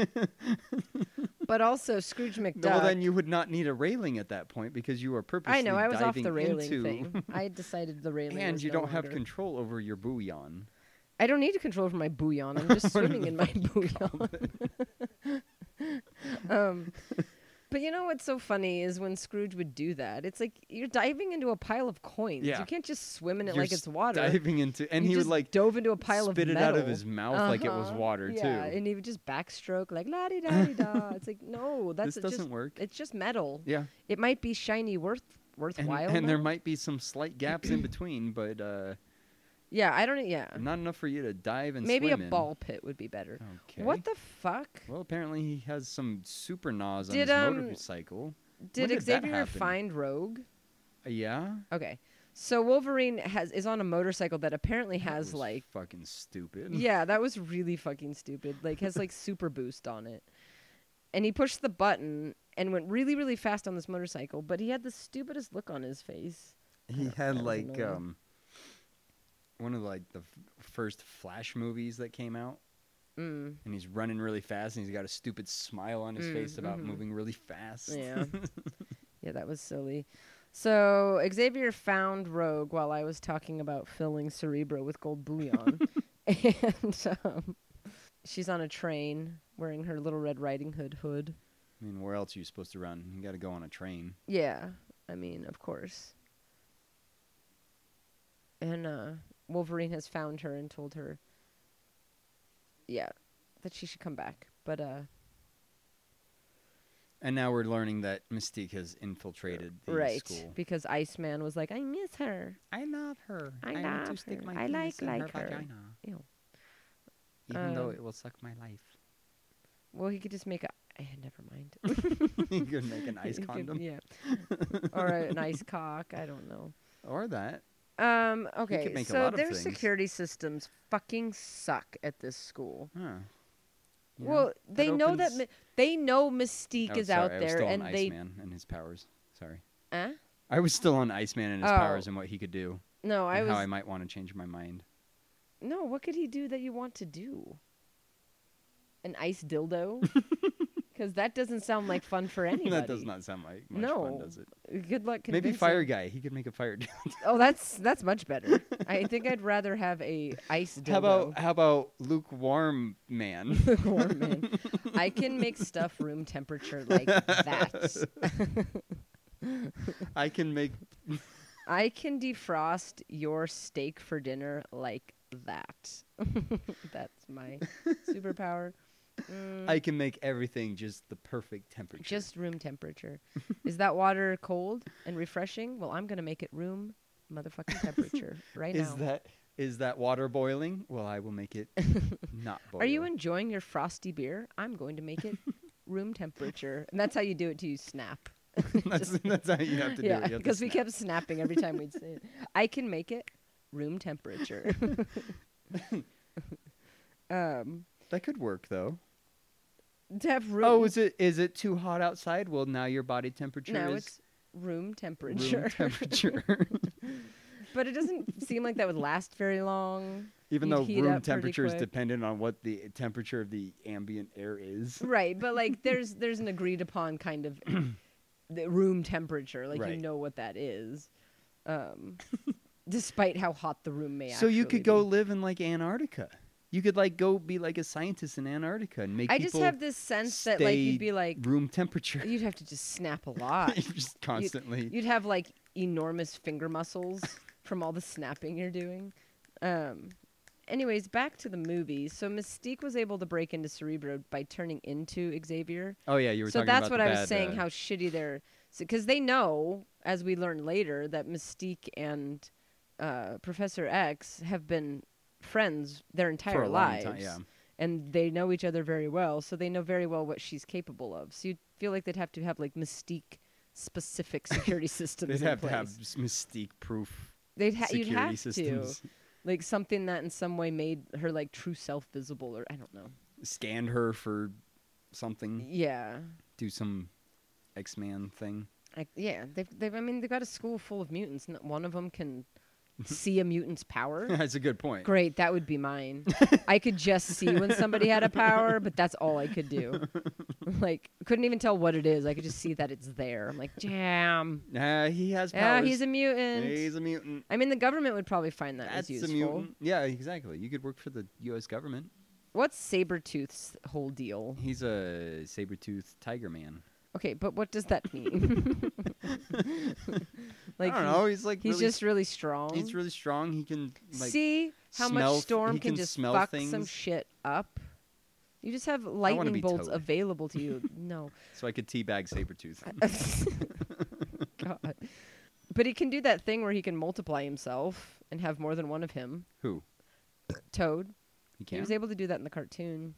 But also Scrooge McDuck. well, then you would not need a railing at that point because you are purposely. I know I was off the diving railing into, thing. I decided the railing. And was you no don't have longer- control over your bouillon. I don't need to control over my bouillon. I'm just swimming in my bouillon. um, But you know what's so funny is when Scrooge would do that. It's like you're diving into a pile of coins. Yeah. You can't just swim in it You're like s- it's water. Diving into, and You he would just like dove into a pile of spit it out of metal. his mouth like it was Uh-huh. water too. Yeah, and he would just backstroke like la di da di da. It's like no, that's This just- doesn't work. It's just metal. yeah, It might be shiny, worth and, worthwhile. and there metal. might be some slight gaps in between, but uh, yeah, I don't. e-, Yeah, not enough for you to dive and Uh, maybe a swim in. ball pit would be better. Okay. What the fuck? Well, apparently he has some super gnaws on his Did, um, motorcycle. Did, did that Xavier happen? find Rogue? Uh, yeah, Okay, so Wolverine has is on a motorcycle that apparently That has was like fucking stupid. yeah, that was really fucking stupid. Like has like super boost on it. And he pushed the button and went really really fast on this motorcycle, but he had the stupidest look on his face. he that had was like annoying. um one of like the f- first Flash movies that came out, Mm. and he's running really fast, and he's got a stupid smile on his Mm, face about mhm. moving really fast. Yeah. yeah, that was silly. So Xavier found Rogue while I was talking about filling Cerebro with gold bullion. and um, she's on a train wearing her little Red Riding Hood hood. I mean, where else are you supposed to run? You got to go on a train. Yeah, I mean, of course. And uh, Wolverine has found her and told her, yeah, that she should come back. But uh, And now we're learning that Mystique has infiltrated the right, school. because Iceman was like, I miss her. I love her. I I want to love stick her. my I penis like- in her like her. vagina, Ew. even though Um, it will suck my life. Well, he could just make a. Eh, never mind. you could make an ice He could- condom yeah. or an ice cock. I don't know. or that. Um. Okay. make a so lot of their things. security systems fucking suck at this school. Huh. You know, Well, they know that opens- mi- they know Mystique Oh, is sorry, out I was there, still on and they Iceman and his powers. Sorry, Eh? I was still on Iceman and his powers Oh. and what he could do. No, I and was how I might want to change my mind. no. What could he do that you want to do? An ice dildo? Because that doesn't sound like fun for anybody. that does not sound like much No. fun, does it? Good luck. Maybe convincing- Fire Guy. He could make a fire. dildo. Oh, that's that's much better. I think I'd rather have a ice dildo. how about how about lukewarm man? Warm man. I can make stuff room temperature like that. I can make I can defrost your steak for dinner like that. That's my superpower. Mm, I can make everything just the perfect temperature. just room temperature. Is that water cold and refreshing? Well, I'm gonna make it room motherfucking temperature right is now. that is that water boiling? Well, I will make it not boil. Are you enjoying your frosty beer? I'm going to make it room temperature, and that's how you do it. To you snap. that's, that's how you have to do it. You have to because we snap. kept snapping every time we'd say it. I can make it room temperature. um, that could work though. to have room. Oh, is it is it too hot outside? Well, now your body temperature no, is it's room room temperature. temperature. but it doesn't seem like that would last very long. Even You'd though heat room up pretty temperature is quick. dependent on what the temperature of the ambient air is. Right, but like there's there's an agreed upon kind of the room temperature. Like you Right. know what that is. Um, despite how hot the room may So you actually could go be. live in like Antarctica. You could like go be like a scientist in Antarctica and make I people just have this sense that like stay you'd be like room temperature. you'd have to just snap a lot. just constantly. You'd, you'd have like enormous finger muscles from all the snapping you're doing. Um, anyways, back to the movie. So Mystique was able to break into Cerebro by turning into Xavier. oh yeah, you were So talking that's about what the I was bad, saying. uh, How shitty they're because they know, as we learn later, that Mystique and uh, Professor X have been friends their entire for a long lives time, yeah. and they know each other very well, so they know very well what she's capable of. So you'd feel like they'd have to have like mystique specific security systems. They'd in have to place. have s- mystique proof They'd ha- you'd security have systems. to like something that in some way made her like true self visible, or I don't know. Scanned her for something. Yeah, Do some X Man thing. I, yeah. They've, they've I mean they've got a school full of mutants. Not one of them can see a mutant's power. that's a good point. Great, that would be mine. I could just see when somebody had a power, but that's all I could do. Like, couldn't even tell what it is. I could just see that it's there. I'm like, damn. Uh, he has Yeah, powers. he's a mutant. He's a mutant. I mean, the government would probably find that That's as useful. a mutant. Yeah, exactly. You could work for the U.S. government. What's Sabretooth's whole deal? He's a saber-toothed tiger man. Okay, but what does that mean? like I don't he- know. He's like he's really, just really strong. he's really strong. He can like See how smell much th- storm he can, can just smell fuck some things. shit up. You just have wanna lightning be bolts Toad. available to you. No. so I could teabag Sabretooth. God. But he can do that thing where he can multiply himself and have more than one of him. Who? Toad. He He can't. was able to do that in the cartoon.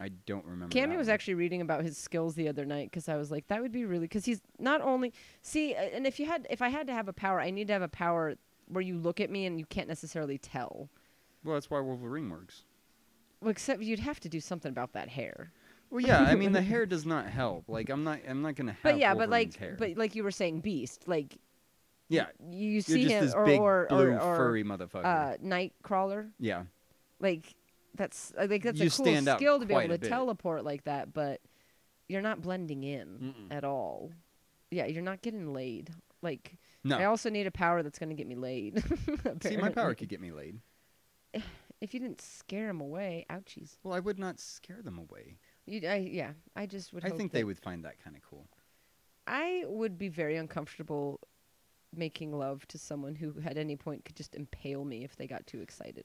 I don't remember. Cammy that was one. actually reading about his skills the other night because I was like, that would be really because he's not only see. uh, And if you had, if I had to have a power, I need to have a power where you look at me and you can't necessarily tell. Well, that's why Wolverine works. Well, except you'd have to do something about that hair. Well, yeah. I mean, the hair does not help. Like, I'm not. I'm not gonna have. But yeah, but Wolverine's like, hair. but like you were saying, Beast. Like yeah, you you you're see just him this or big or blue or, or furry motherfucker. uh, Nightcrawler. yeah, Like that's I think that's You a cool stand out skill to be quite able a to bit. teleport like that, but you're not blending in at all. Yeah, you're not getting laid. Like No. I also need a power that's going to get me laid. see, my power apparently. could get me laid. If you didn't scare him away, ouchies. Well, I would not scare them away. You, I, yeah, I just would. I hope think they that- would find that kind of cool. I would be very uncomfortable making love to someone who at any point could just impale me if they got too excited.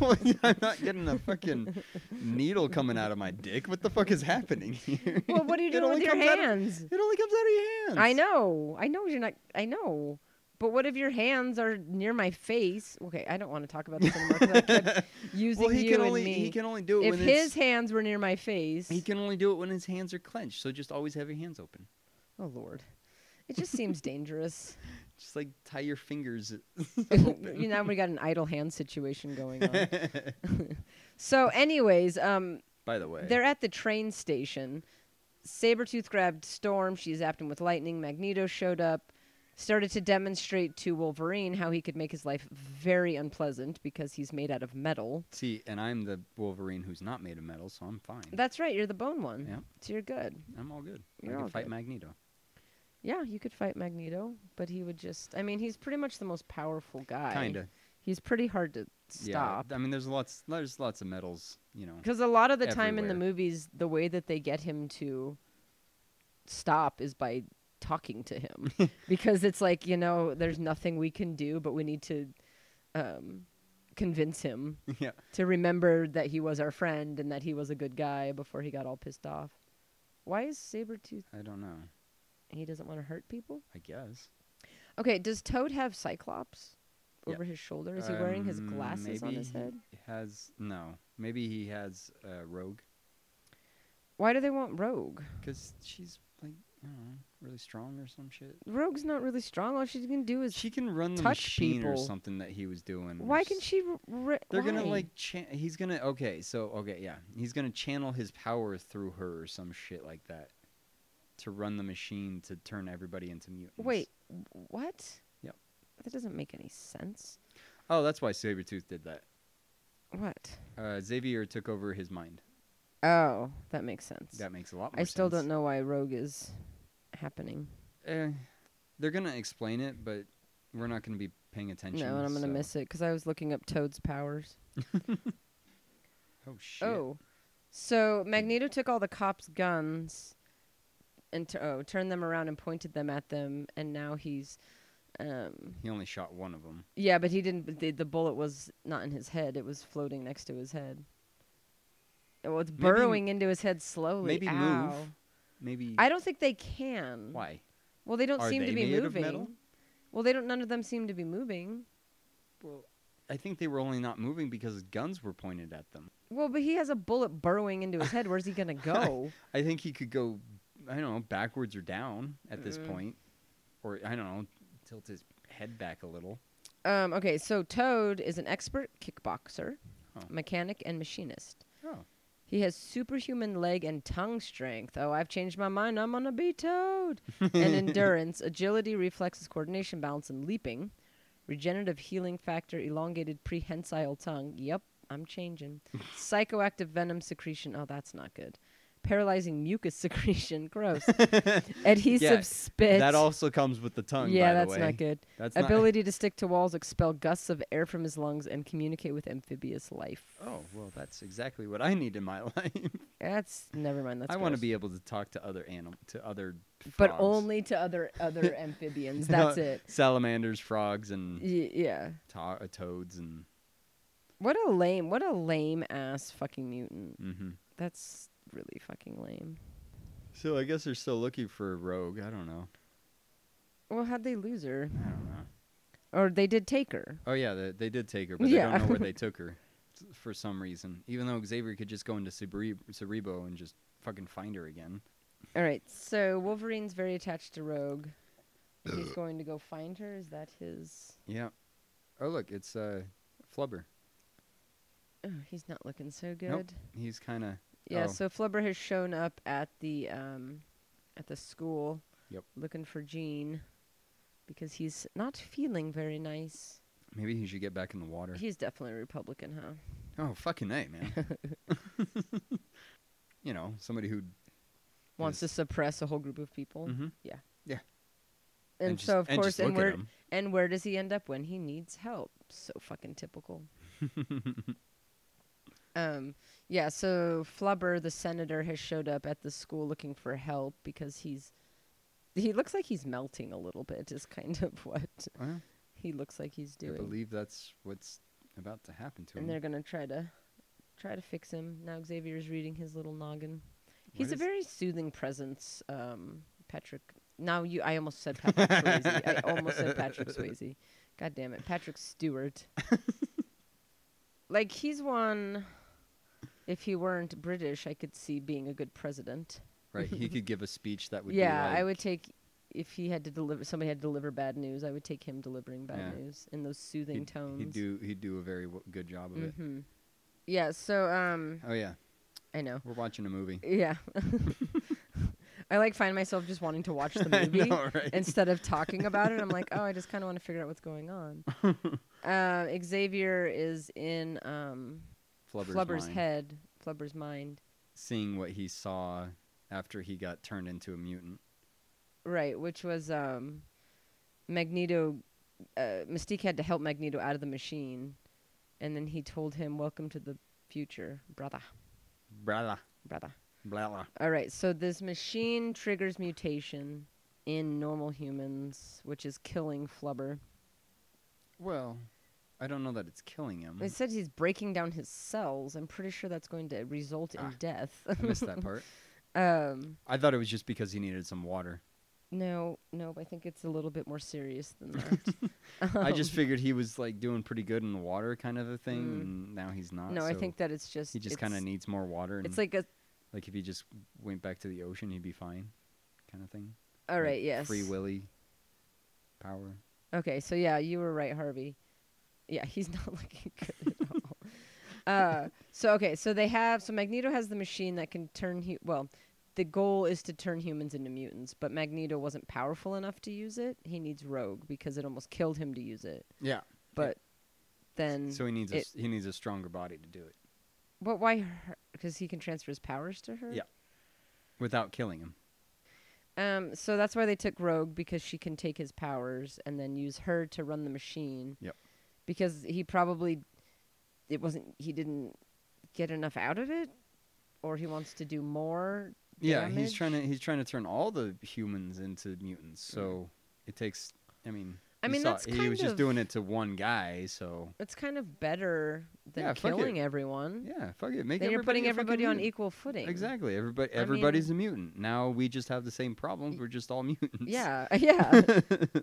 well, yeah, I'm not getting a fucking needle coming out of my dick. What the fuck is happening here? well, what are you It doing with only your comes out of- hands? it only comes out of your hands. I know. I know you're not. I know. But what if your hands are near my face? Okay, I don't want to talk about this anymore because I kept using Well, he you can only and me. he can only do it if when his his hands were near my face, he can only do it when his hands are clenched. So just always have your hands open. oh lord, it just seems dangerous. Just like tie your fingers. you know, we got an idle hand situation going on. so, anyways, um, By the way, They're at the train station. Sabretooth grabbed Storm. She zapped him with lightning. Magneto showed up, started to demonstrate to Wolverine how he could make his life very unpleasant because he's made out of metal. see, and I'm the Wolverine who's not made of metal, so I'm fine. That's right, you're the bone one. Yep. So you're good. I'm all good. I You're can all fight good. Magneto. Yeah, you could fight Magneto, but he would just. I mean, he's pretty much the most powerful guy. Kinda. He's pretty hard to stop. Yeah, I mean, there's lots. There's lots of metals. You know. Because a lot of the time in the everywhere. movies, the way that they get him to stop is by talking to him. because it's like, you know, there's nothing we can do, but we need to um, convince him yeah. to remember that he was our friend and that he was a good guy before he got all pissed off. Why is Sabretooth. I don't know. He doesn't want to hurt people? I guess. Okay, does Toad have Cyclops Yep. over his shoulder? Is he wearing his Um, glasses on maybe his head? He has no. Maybe he has uh, Rogue Why do they want Rogue? because she's like I don't know, really strong or some shit. Rogue's not really strong. All she can do is She can run the touch machine or people. something that he was doing. or Why can s- she? r r- They're gonna why? like. Cha- he's gonna. Okay, so okay, yeah. He's gonna channel his power through her or some shit like that to run the machine to turn everybody into mutants. Wait, w- what? Yep. That doesn't make any sense. Oh, that's why Sabretooth did that. What? Uh, Xavier took over his mind. Oh, that makes sense. That makes a lot more I still sense. don't know why Rogue is happening. Eh, they're gonna explain it, but we're not gonna be paying attention. no, and I'm gonna so- miss it because I was looking up Toad's powers. Oh shit! Oh, so Magneto took all the cops' guns and t- oh, turned them around and pointed them at them, and now he's. Um, He only shot one of them. yeah, but he didn't. but The, the bullet was not in his head; it was floating next to his head. Well, it's m- burrowing into his head slowly. Maybe Ow. move. Maybe. I don't think they can. Why? Well, they don't Are seem they to be made of moving. metal? Well, they don't. None of them seem to be moving. Well, I think they were only not moving because guns were pointed at them. Well, but he has a bullet burrowing into his head. Where's he gonna go? I think he could go, I don't know, backwards or down at this Mm. point, or I don't know, tilt his head back a little. um, okay, so Toad is an expert kickboxer, Huh. mechanic, and machinist. Oh, He has superhuman leg and tongue strength. Oh, I've changed my mind. I'm gonna be Toad. and endurance, agility, reflexes, coordination, balance, and leaping. Regenerative healing factor, elongated prehensile tongue. Yep, I'm changing. Psychoactive venom secretion. Oh, that's not good. paralyzing mucus secretion. Gross. Adhesive spit. That also comes with the tongue. Yeah, by the that's way. not good. That's not- Ability to stick to walls, expel gusts of air from his lungs, and communicate with amphibious life. Oh well, that's exactly what I need in my life. That's never mind. That's I want to gross. be able to talk to other animal to other. but frogs. only to other other amphibians. No, That's it. Salamanders, frogs, and Y- yeah. to- uh, toads, and What a lame. What a lame ass fucking mutant. hmm That's really fucking lame. so I guess they're still looking for a rogue. I don't know. Well, how'd they lose her? I don't know. Or they did take her. Oh yeah, they, they did take her, but they Yeah. don't know where they took her s- for some reason. Even though Xavier could just go into Cereb- Cerebo and just fucking find her again. All right. So Wolverine's very attached to Rogue. He's going to go find her. Is that his? Yeah. Oh look, it's uh, Flubber. Oh, he's not looking so good. Nope. He's kind of Yeah, Oh. so Flubber has shown up at the um, at the school. Yep. Looking for Jean because he's not feeling very nice. maybe he should get back in the water. He's definitely a Republican, huh? oh fucking a man. you know, somebody who Wants to Yes. suppress a whole group of people. Mhm. Yeah. Yeah. And, And just- so of and course just and look at where him. and where does he end up when he needs help? So fucking typical. um yeah, so Flubber the senator has showed up at the school looking for help because he's he looks like he's melting a little bit is kind of what well, he looks like he's I doing. believe that's what's about to happen to and him. they're gonna try to try to fix him. Now Xavier's reading his little noggin. He's a is- very soothing presence, um, Patrick. Now you, I almost said Patrick Swayze. I almost said Patrick Swayze. God damn it, Patrick Stewart. like he's one. If he weren't British, I could see being a good president. right, he could give a speech that would yeah, be like, I would take. If he had to deliver, somebody had to deliver bad news. I would take him delivering bad Yeah. news in those soothing he'd, tones. He'd do he'd do a very w- good job of it. Mhm. Yeah. So um, Oh yeah, I know. we're watching a movie. Yeah. I like find myself just wanting to watch the I movie know, right? instead of talking about it. I'm like, oh, I just kind of want to figure out what's going on. uh, Xavier is in um, Flubber's, Flubber's mind, head, Flubber's mind, seeing what he saw after he got turned into a mutant. right? Which was um, Magneto. Uh, Mystique had to help Magneto out of the machine, and then he told him, "Welcome to the future, brother, Brala, brother." brala. All right, so this machine triggers mutation in normal humans, which is killing Flubber. Well, I don't know that it's killing him. They said he's breaking down his cells. I'm pretty sure that's going to result in Ah. death. I missed that part. um, I thought it was just because he needed some water. no, no, I think it's a little bit more serious than that. Oh, I just figured he was like doing pretty good in the water, kind of a thing, Mm. and now he's not. no, I so think that it's just he just it's- kind of needs more water. And It's like a like if he just went back to the ocean, he'd be fine, kind of thing. all Like, right, yes. Free willy power. Okay, so yeah, you were right, Harvey. Yeah, he's not looking good at all. Uh, so okay, so they have so Magneto has the machine that can turn hu- well, the goal is to turn humans into mutants, but Magneto wasn't powerful enough to use it. He needs Rogue because it almost killed him to use it. Yeah. But then So he needs a, Mm. it- s- he needs a stronger body to do it But why her? Because he can transfer his powers to her. Yeah. without killing him. Um. So that's why they took Rogue because she can take his powers and then use her to run the machine. Yep. Because he probably, it wasn't. He didn't get enough out of it, or he wants to do more. Yeah, he's damage. trying to he's trying to turn all the humans into mutants. So it takes. I mean. I you mean, saw- that's he was kind just doing of- it to one guy. So It's kind of better than Yeah, fuck it. killing everyone. yeah, fuck it. Make Mm-hmm. Then everybody you're putting a fucking everybody on mutant. equal footing. Exactly. Everybody mean- everybody's a mutant. Now we just have the same problems. We're just all mutants. Yeah. Yeah.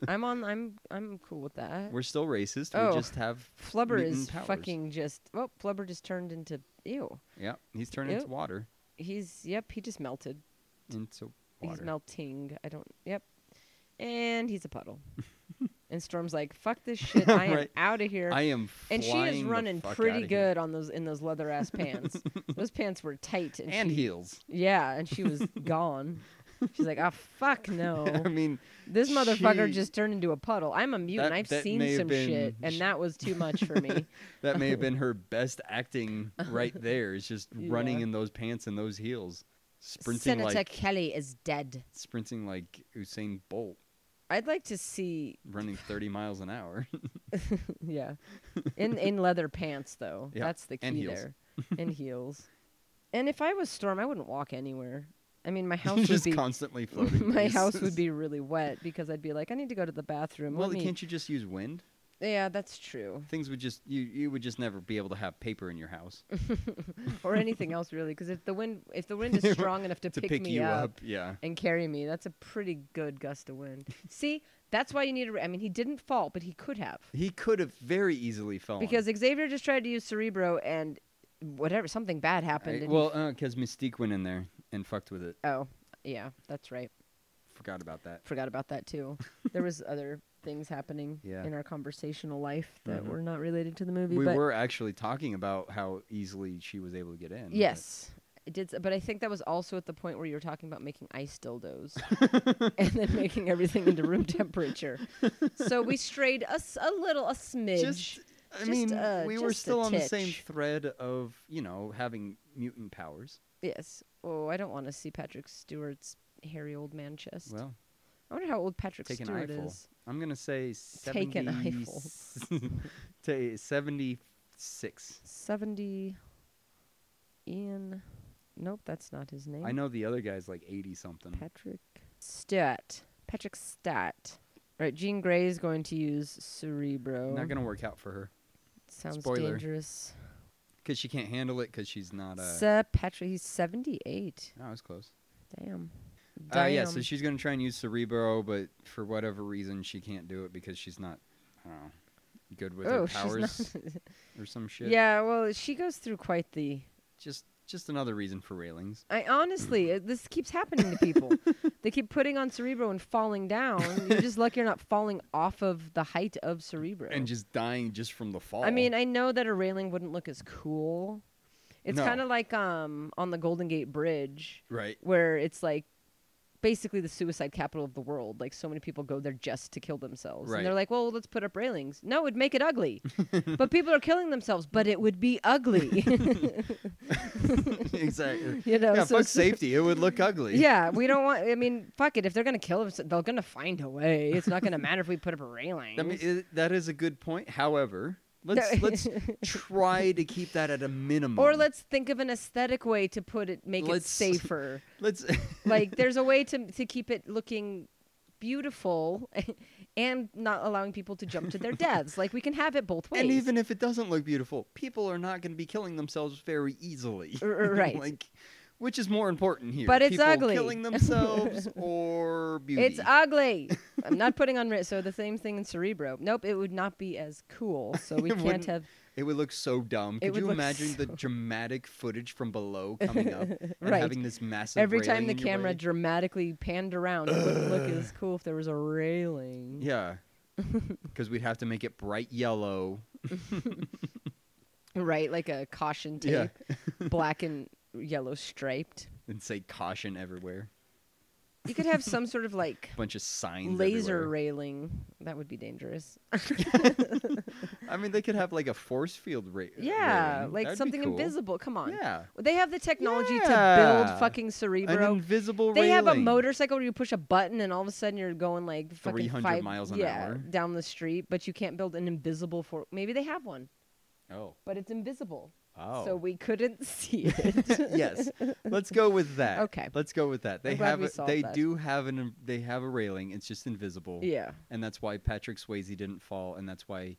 I'm on. I'm. I'm cool with that. We're still racist. Oh. We just have Flubber mutant is powers. fucking just. Well, Flubber just turned into ew. Yeah, he's turned Ew. into water. He's yep. He just melted. Into water. He's melting. I don't. Yep. And he's a puddle. and Storm's like, "Fuck this shit. I am Right. out of here." I am and she flying is the running fuck pretty outta here. good on those in those leather ass pants. those pants were tight. And, And she- heels. Yeah, and she was gone. She's like, "Ah, fuck I no." mean, This motherfucker she- just turned into a puddle. I'm a mutant. That- I've that seen may have some been- shit, and that was too much for me. that may have been her best acting right there. It's just running Yeah. in those pants and those heels. sprinting Senator like Kelly is dead. sprinting like Usain Bolt, I'd like to see, running 30 miles an hour. yeah, in in leather pants though. Yeah, That's the key and heels. there, and heels. And if I was Storm, I wouldn't walk anywhere. I mean, my house would just be constantly floating. my house places. would be really wet because I'd be like, I need to go to the bathroom. Well, Let me- can't you just use wind? Yeah, that's true. Things would just you you would just never be able to have paper in your house Or anything else really, because if the wind if the wind is strong enough to, to pick, pick, me you up, Yeah. and carry me, that's a pretty good gust of wind. See, that's why you need a. ra- I mean, he didn't fall, but he could have He could have very easily fallen. because Xavier just tried to use Cerebro and whatever something bad happened. I, and he well, f- uh 'cause Mystique went in there and fucked with it. oh yeah, that's right. Forgot about that. Forgot about that too. there was other things happening Yeah. in our conversational life that Mhm. were not related to the movie. We but were actually talking about how easily she was able to get in. but- Yes. It did, s- but I think that was also at the point where you were talking about making ice dildos and then making everything into room temperature. So we strayed a, s- a little, a smidge. Just, I Just, mean, uh, we were just a still on the same titch. thread of you know having mutant powers. yes. Oh, I don't want to see Patrick Stewart's hairy old man chest. Well, I wonder how old Patrick take an Stewart eyeful. is. I'm gonna say Take an seventy. ta- Seventy-six. 70. Ian. Nope, that's not his name. I know the other guy's like eighty something. Patrick Stat. Patrick Stat. All right, Jean Grey is going to use Cerebro. Not gonna work out for her Sounds Spoiler. dangerous. because she can't handle it because she's not a. Sir Patrick, he's 78. No, I was close. Damn. Uh, yeah, so Damn. she's gonna try and use Cerebro, but for whatever reason she can't do it because she's not, I don't know, good with Oh, her she's powers or some shit. Yeah, well, she goes through quite the. just just another reason for railings. I honestly, uh, this keeps happening to people. they keep putting on Cerebro and falling down. You're just lucky you're not falling off of the height of Cerebro. And just dying just from the fall. I mean, I know that a railing wouldn't look as cool. It's No. kind of like um on the Golden Gate Bridge, right? where it's like basically the suicide capital of the world. Like so many people go there just to kill themselves. And they're Right. like, well, let's put up railings. No, it'd make it ugly. but people are killing themselves, but it would be ugly. exactly. you know, yeah, Oh, so fuck it's- safety. It would look ugly. Yeah, we don't want. I mean, fuck it. If they're gonna kill themselves, they're gonna find a way. It's not gonna matter if we put up a railing. I mean, i that is a good point. However, let's let's try to keep that at a minimum. or let's think of an aesthetic way to put it, make it Let's- safer. let's like there's a way to to keep it looking beautiful and not allowing people to jump to their deaths like we can have it both ways and even if it doesn't look beautiful, people are not going to be killing themselves very easily. R- r- right. like, which is more important here? But it's people ugly. Killing themselves or beauty? it's ugly i'm not putting on ri- so the same thing in cerebro nope it would not be as cool so we It can't wouldn't- have It would look so dumb. It Could would you look imagine the so- dramatic footage from below coming up and Right. having this massive every time railing the in your camera way? dramatically panned around it wouldn't look as cool if there was a railing yeah, because we'd have to make it bright yellow. right like a caution Yeah. tape black and yellow striped and say caution everywhere. you could have some sort of like bunch of signs. laser everywhere. railing that would be dangerous I mean, they could have like a force field ra- Yeah, railing. like That'd be something cool. invisible. Come on. Yeah. They have the technology to Yeah. build fucking An Cerebro. invisible they have a railing. motorcycle where you push a button and all of a sudden you're going like fucking 300 five, miles an yeah, hour. down the street, but you can't build an invisible for. Maybe they have one, Oh. but it's invisible, Oh. so we couldn't see it. yes. Let's go with that. Okay. Let's go with that. They glad have we a, solved they that. do have an in- they have a railing. It's just invisible. yeah, And that's why Patrick Swayze didn't fall and that's why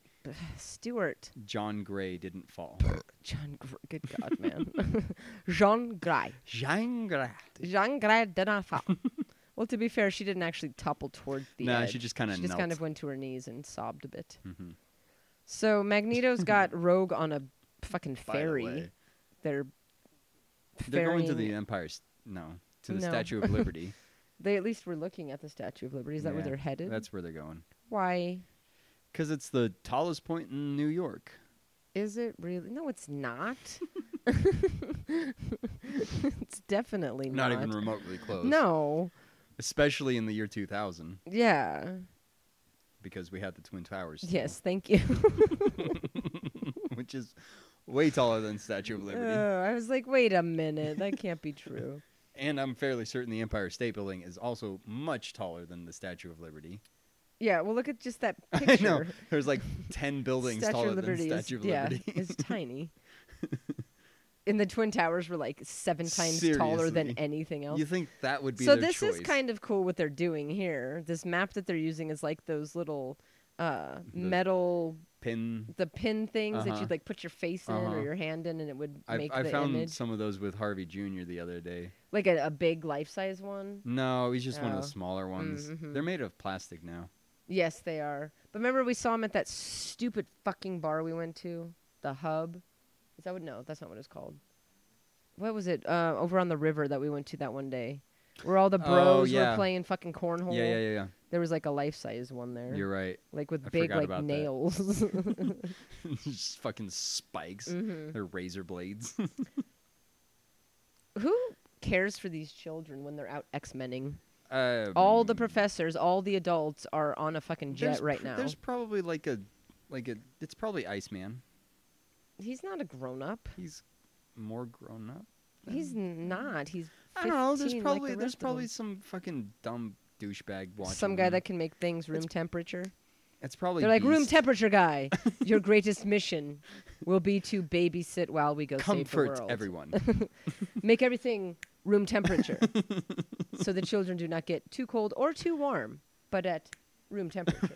Stewart, John Gray didn't fall. John, Gr- good God, man, Jean Grey, John Gray. Jean Grey did not fall. well, to be fair, she didn't actually topple toward the. Nah, edge. she just kinda she just kind knelt. Mm-hmm. of went to her knees and sobbed a bit. So Magneto's got Rogue on a fucking By the ferry. way, They're They're going to ferrying- the Empire st- no, to the No. Statue of Liberty. They at least were looking at the Statue of Liberty. Is that where Yeah, they're headed? That's where they're going. why. Cuz it's the tallest point in New York. Is it really? No, it's not. it's definitely Not not. even remotely close. No. Especially in the year 2000 Yeah. because we had the Twin Towers. still, Yes. Thank you. Which is way taller than Statue of oh, Liberty. Uh, I was like, wait a minute. That can't be true. And I'm fairly certain the Empire State Building is also much taller than the Statue of Liberty. Yeah, well, look at just that I picture. know there's like ten buildings Statue taller of Liberty than is, Statue of yeah, Liberty. is tiny. and the Twin Towers were like seven times taller Seriously. than anything else. you think that would be so their this is choice. kind of cool what they're doing here. This map that they're using is like those little uh, metal pin? the pin things that Uh-huh. you'd like put your face in Uh-huh. or your hand in and it would I, make I the found image some of those with Harvey Jr. the other day. like a, a big life-size one No, he's just one of the Oh. smaller ones. They're made of plastic now. yes they are but remember we saw him at that stupid fucking bar we went to the hub is that what no that's not what it's called what was it uh, over on the river that we went to that one day where all the Oh, bros yeah. were playing fucking cornhole Yeah, yeah, yeah, there was like a life-size one there yeah. You're right. like with I big forgot like about that. nails just fucking spikes. Mm-hmm. They're razor blades. who cares for these children when they're out x-menning um, all the professors, all the adults are on a fucking there's jet right pr- now. There's probably like a, like a. It's probably Iceman. He's not a grown up. He's more grown up. He's n- not. He's Mm. I don't know. 15 There's like probably the there's rest of 'em. probably some fucking dumb douchebag watching. some guy them. that can make things room temperature. It's probably They're like room Beast. temperature guy. Your greatest mission will be to babysit while we go save the Comfort world. everyone. Make everything room temperature, so the children do not get too cold or too warm, but at room temperature.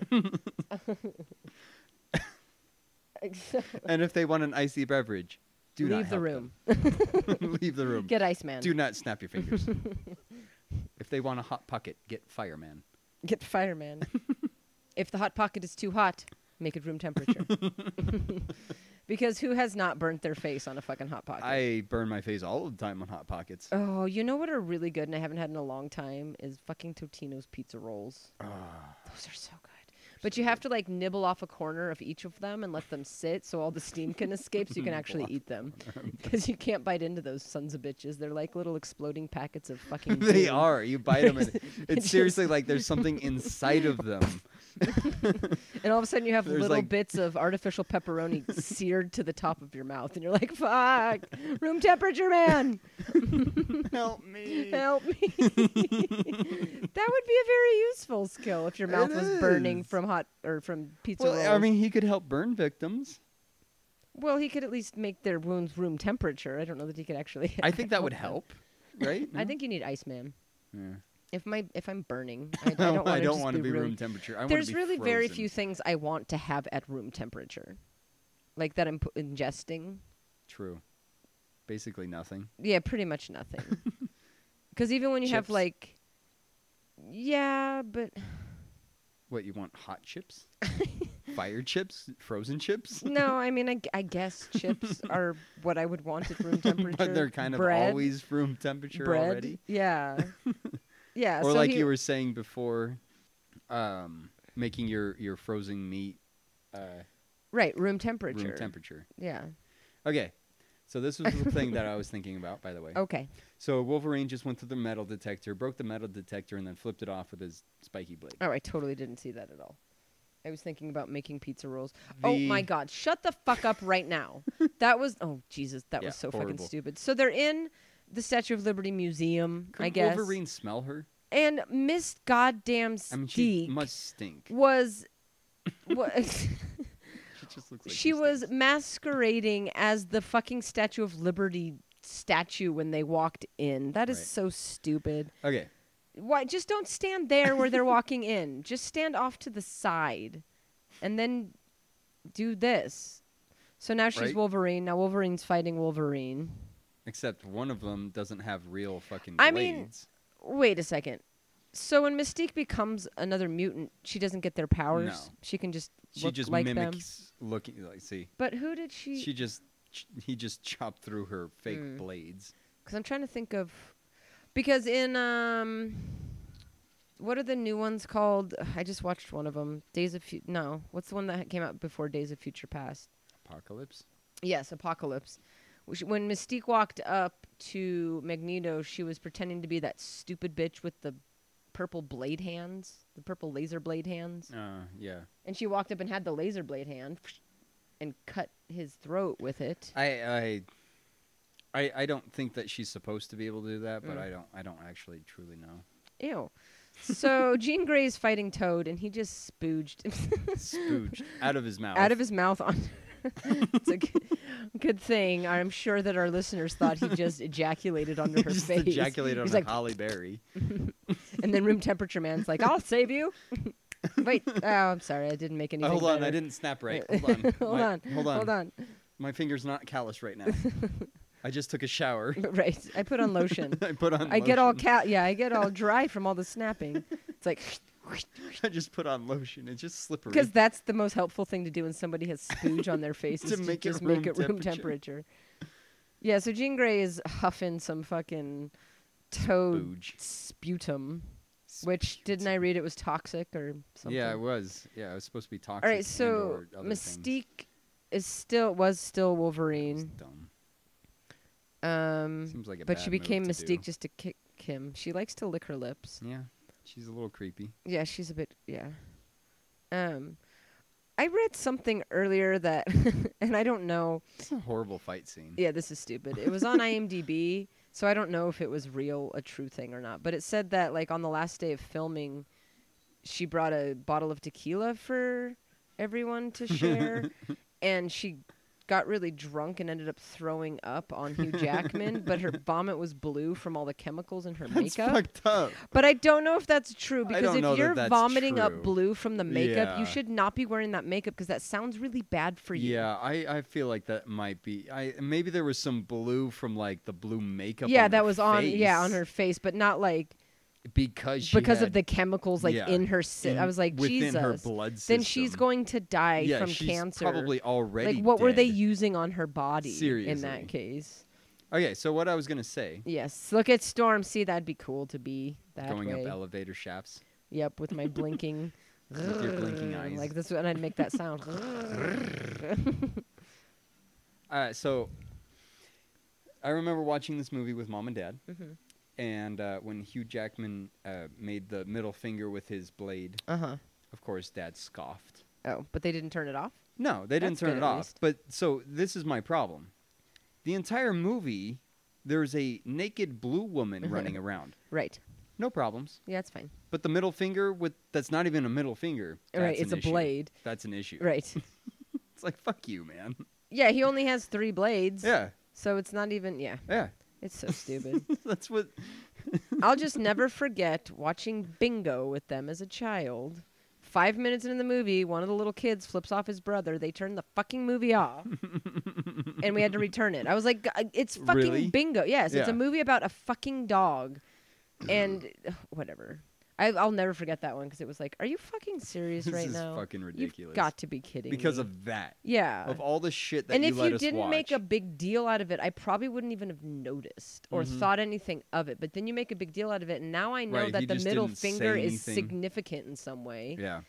and if they want an icy beverage, do not Leave the help room. them. Leave the room. Get Iceman. Do not snap your fingers. if they want a hot pocket, get fireman. Get the fireman. if the hot pocket is too hot, make it room temperature. because who has not burnt their face on a fucking hot pocket? I burn my face all the time on hot pockets. oh, you know what are really good and I haven't had in a long time is fucking Totino's pizza rolls. Ah. Those are so good. But you have to like nibble off a corner of each of them and let them sit so all the steam can escape so you can actually eat them. Because you can't bite into those sons of bitches. They're like little exploding packets of fucking. they goo. are. You bite them, and it's just- seriously like there's something inside of them. And all of a sudden, you have There's, little like- bits of artificial pepperoni seared to the top of your mouth, and you're like, "Fuck, room temperature, man, Help me. help me." that would be a very useful skill if your mouth It was burning is. from hot or from pizza Well, I rolls. mean, he could help burn victims. well, he could at least make their wounds room temperature. I don't know that he could actually. I think that would help, right? I think you need Iceman. Yeah. If my if I'm burning, I, I don't want to want to be room temperature. temperature. I wanna There's be really very frozen. few things I want to have at room temperature, like that I'm pu- ingesting. True. Basically nothing. Yeah, pretty much nothing. Because even when you have Chips. like, yeah, but What you want? Hot chips, fire chips, frozen chips. no, I mean, I, g- I guess chips are what I would want at room temperature. But they're kind of Bread- always room temperature bread. already. Yeah, yeah. Or so like he- you were saying before, um, making your your frozen meat uh, right, room temperature. room temperature. Yeah. Okay, so this was the thing that I was thinking about, by the way. Okay. So Wolverine just went through the metal detector, broke the metal detector, and then flipped it off with his spiky blade. Oh, I totally didn't see that at all. I was thinking about making pizza rolls. Oh my The- god, shut the fuck up right now. that was oh Jesus, that Yeah, was so horrible. fucking stupid. So they're in the Statue of Liberty Museum, Could I guess. Wolverine smell her? and Miss Goddamn I mean, Steak she must stink. was was She just looks like she stinks. was masquerading as the fucking Statue of Liberty statue when they walked in. That is Right. so stupid. Okay. Why just don't stand there where they're walking in. Just stand off to the side and then do this. So now she's Right. Wolverine. Now Wolverine's fighting Wolverine. Except one of them doesn't have real fucking I mean- blades. Wait a second. So when Mystique becomes another mutant, she doesn't get their powers. No. She can just she look just like them. mimics looking like see. But who did she? She just ch- he just chopped through her fake Mm. blades. Because I'm trying to think of, because in um, what are the new ones called? Ugh, I just watched one of them. Days of Fu- no, what's the one that came out before Days of Future Past? Apocalypse. Yes, Apocalypse. Which, when Mystique walked up to Magneto, she was pretending to be that stupid bitch with the purple blade hands, the purple laser blade hands, Uh, yeah. and she walked up and had the laser blade hand, and cut his throat with it. I I I, I don't think that she's supposed to be able to do that, but Mm. I don't I don't actually truly know. Ew. So Jean Grey's fighting Toad, and he just spooged Spooched out of his mouth. out of his mouth on. it's a good, good thing. I'm sure that our listeners thought he just ejaculated onto her Just face. ejaculated on He's a like, Holly Berry. and then room temperature man's like, "I'll save you." Wait, oh, I'm sorry, I didn't make anything. Uh, hold on, I better. didn't snap right. Hold on. hold, My- on. Hold on. Hold on. My finger's not callous right now. I just took a shower. Right. I put on lotion. I put on. I get all lotion. cal. Yeah, I get all dry from all the snapping. It's like I just put on lotion. It's just slippery. because that's the most helpful thing to do when somebody has spooge on their face is To to make it just room make it room temperature. temperature. Yeah. So Jean Grey is huffing some fucking toad Spooge. sputum, which didn't I read it was toxic or something? Yeah, I was. Yeah, I was supposed to be toxic. All right. and So or other things. Mystique is still was still It's Wolverine. dumb. Um, Seems like a but she bad move became to do. Mm. Mystique just to kick him. She likes to lick her lips. Yeah, she's a little creepy. Yeah, she's a bit yeah. Um I read something earlier that and I don't know. It's a horrible fight scene. Yeah, this is stupid. It was on IMDb, so I don't know if it was real a true thing or not, but it said that like on the last day of filming she brought a bottle of tequila for everyone to share and she got really drunk and ended up throwing up on Hugh Jackman, but her vomit was blue from all the chemicals in her That's makeup. fucked up. But I don't know if that's true I because don't know that if you're that's vomiting true. up blue from the makeup, Yeah. you should not be wearing that makeup because that sounds really bad for you. Yeah, I, I feel like that might be. I maybe there was some blue from like the blue makeup. Yeah, on that her was on yeah, on face her face, but not like because she because of had- the chemicals like yeah, in her si- in- I was like within Jesus. her blood Then she's system. going to die yeah, from she's cancer. Probably already. like what were they dead. using on her body in Seriously. that case? Okay, so what I was gonna say, Yes. Look at Storm. See, that'd be cool to be that going way. up elevator shafts. Yep, with my blinking. uh, With your blinking eyes. Like this, and I'd make that sound. Uh, so I remember watching this movie with mom and dad, Mm-hmm. and uh, when Hugh Jackman uh, made the middle finger with his blade, uh huh. of course, dad scoffed. Oh, but they didn't turn it off. No, they didn't That's turn good, it at off. least. But so this is my problem. The entire movie, there's a naked blue woman running around. Right. No problems. Yeah, it's fine. But the middle finger with that's not even a middle finger. Right, that's it's an a issue. blade. That's an issue. Right. It's like fuck you, man. yeah, he only has three blades. Yeah. So it's not even. Yeah, Yeah. it's so stupid. That's what I'll just never forget watching Bingo with them as a child. Five minutes into the movie, one of the little kids flips off his brother. They turn the fucking movie off, and we had to return it. I was like, "G- "It's fucking Really? Bingo." Yes, it's Yeah. a movie about a fucking dog, and whatever. I, I'll never forget that one because it was like, "Are you fucking serious This right is now?" fucking You've ridiculous. got to be kidding. because me. of that. yeah Of all the shit that and you if let you us didn't make a watch. big deal out of it, I probably wouldn't even have noticed or thought anything of it. But then you make a big deal out of it, and now I know Mm-hmm. Right, that you the just middle didn't say finger is anything. significant in some way, Yeah.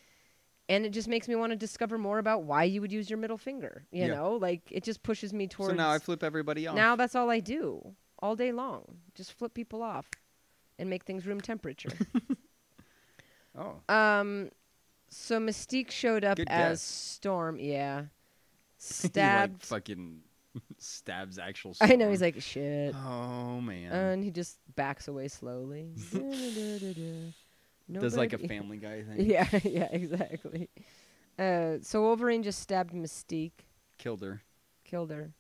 and it just makes me want to discover more about why you would use your middle finger. You Yeah. know, like it just pushes me towards. So now I flip everybody off. now that's all I do all day long, just flip people off, and make things room temperature. oh. Um, so Mystique showed up Good as guess. Storm. He, Yeah, like, stabbed. fucking stabs actual I know he's Storm. like uh, shit. Oh man. And he just backs away slowly. Da-da-da-da-da. Does like a Nobody- family guy thing. Yeah, yeah, exactly. Uh, so Wolverine just stabbed Mystique, Killed her. killed her.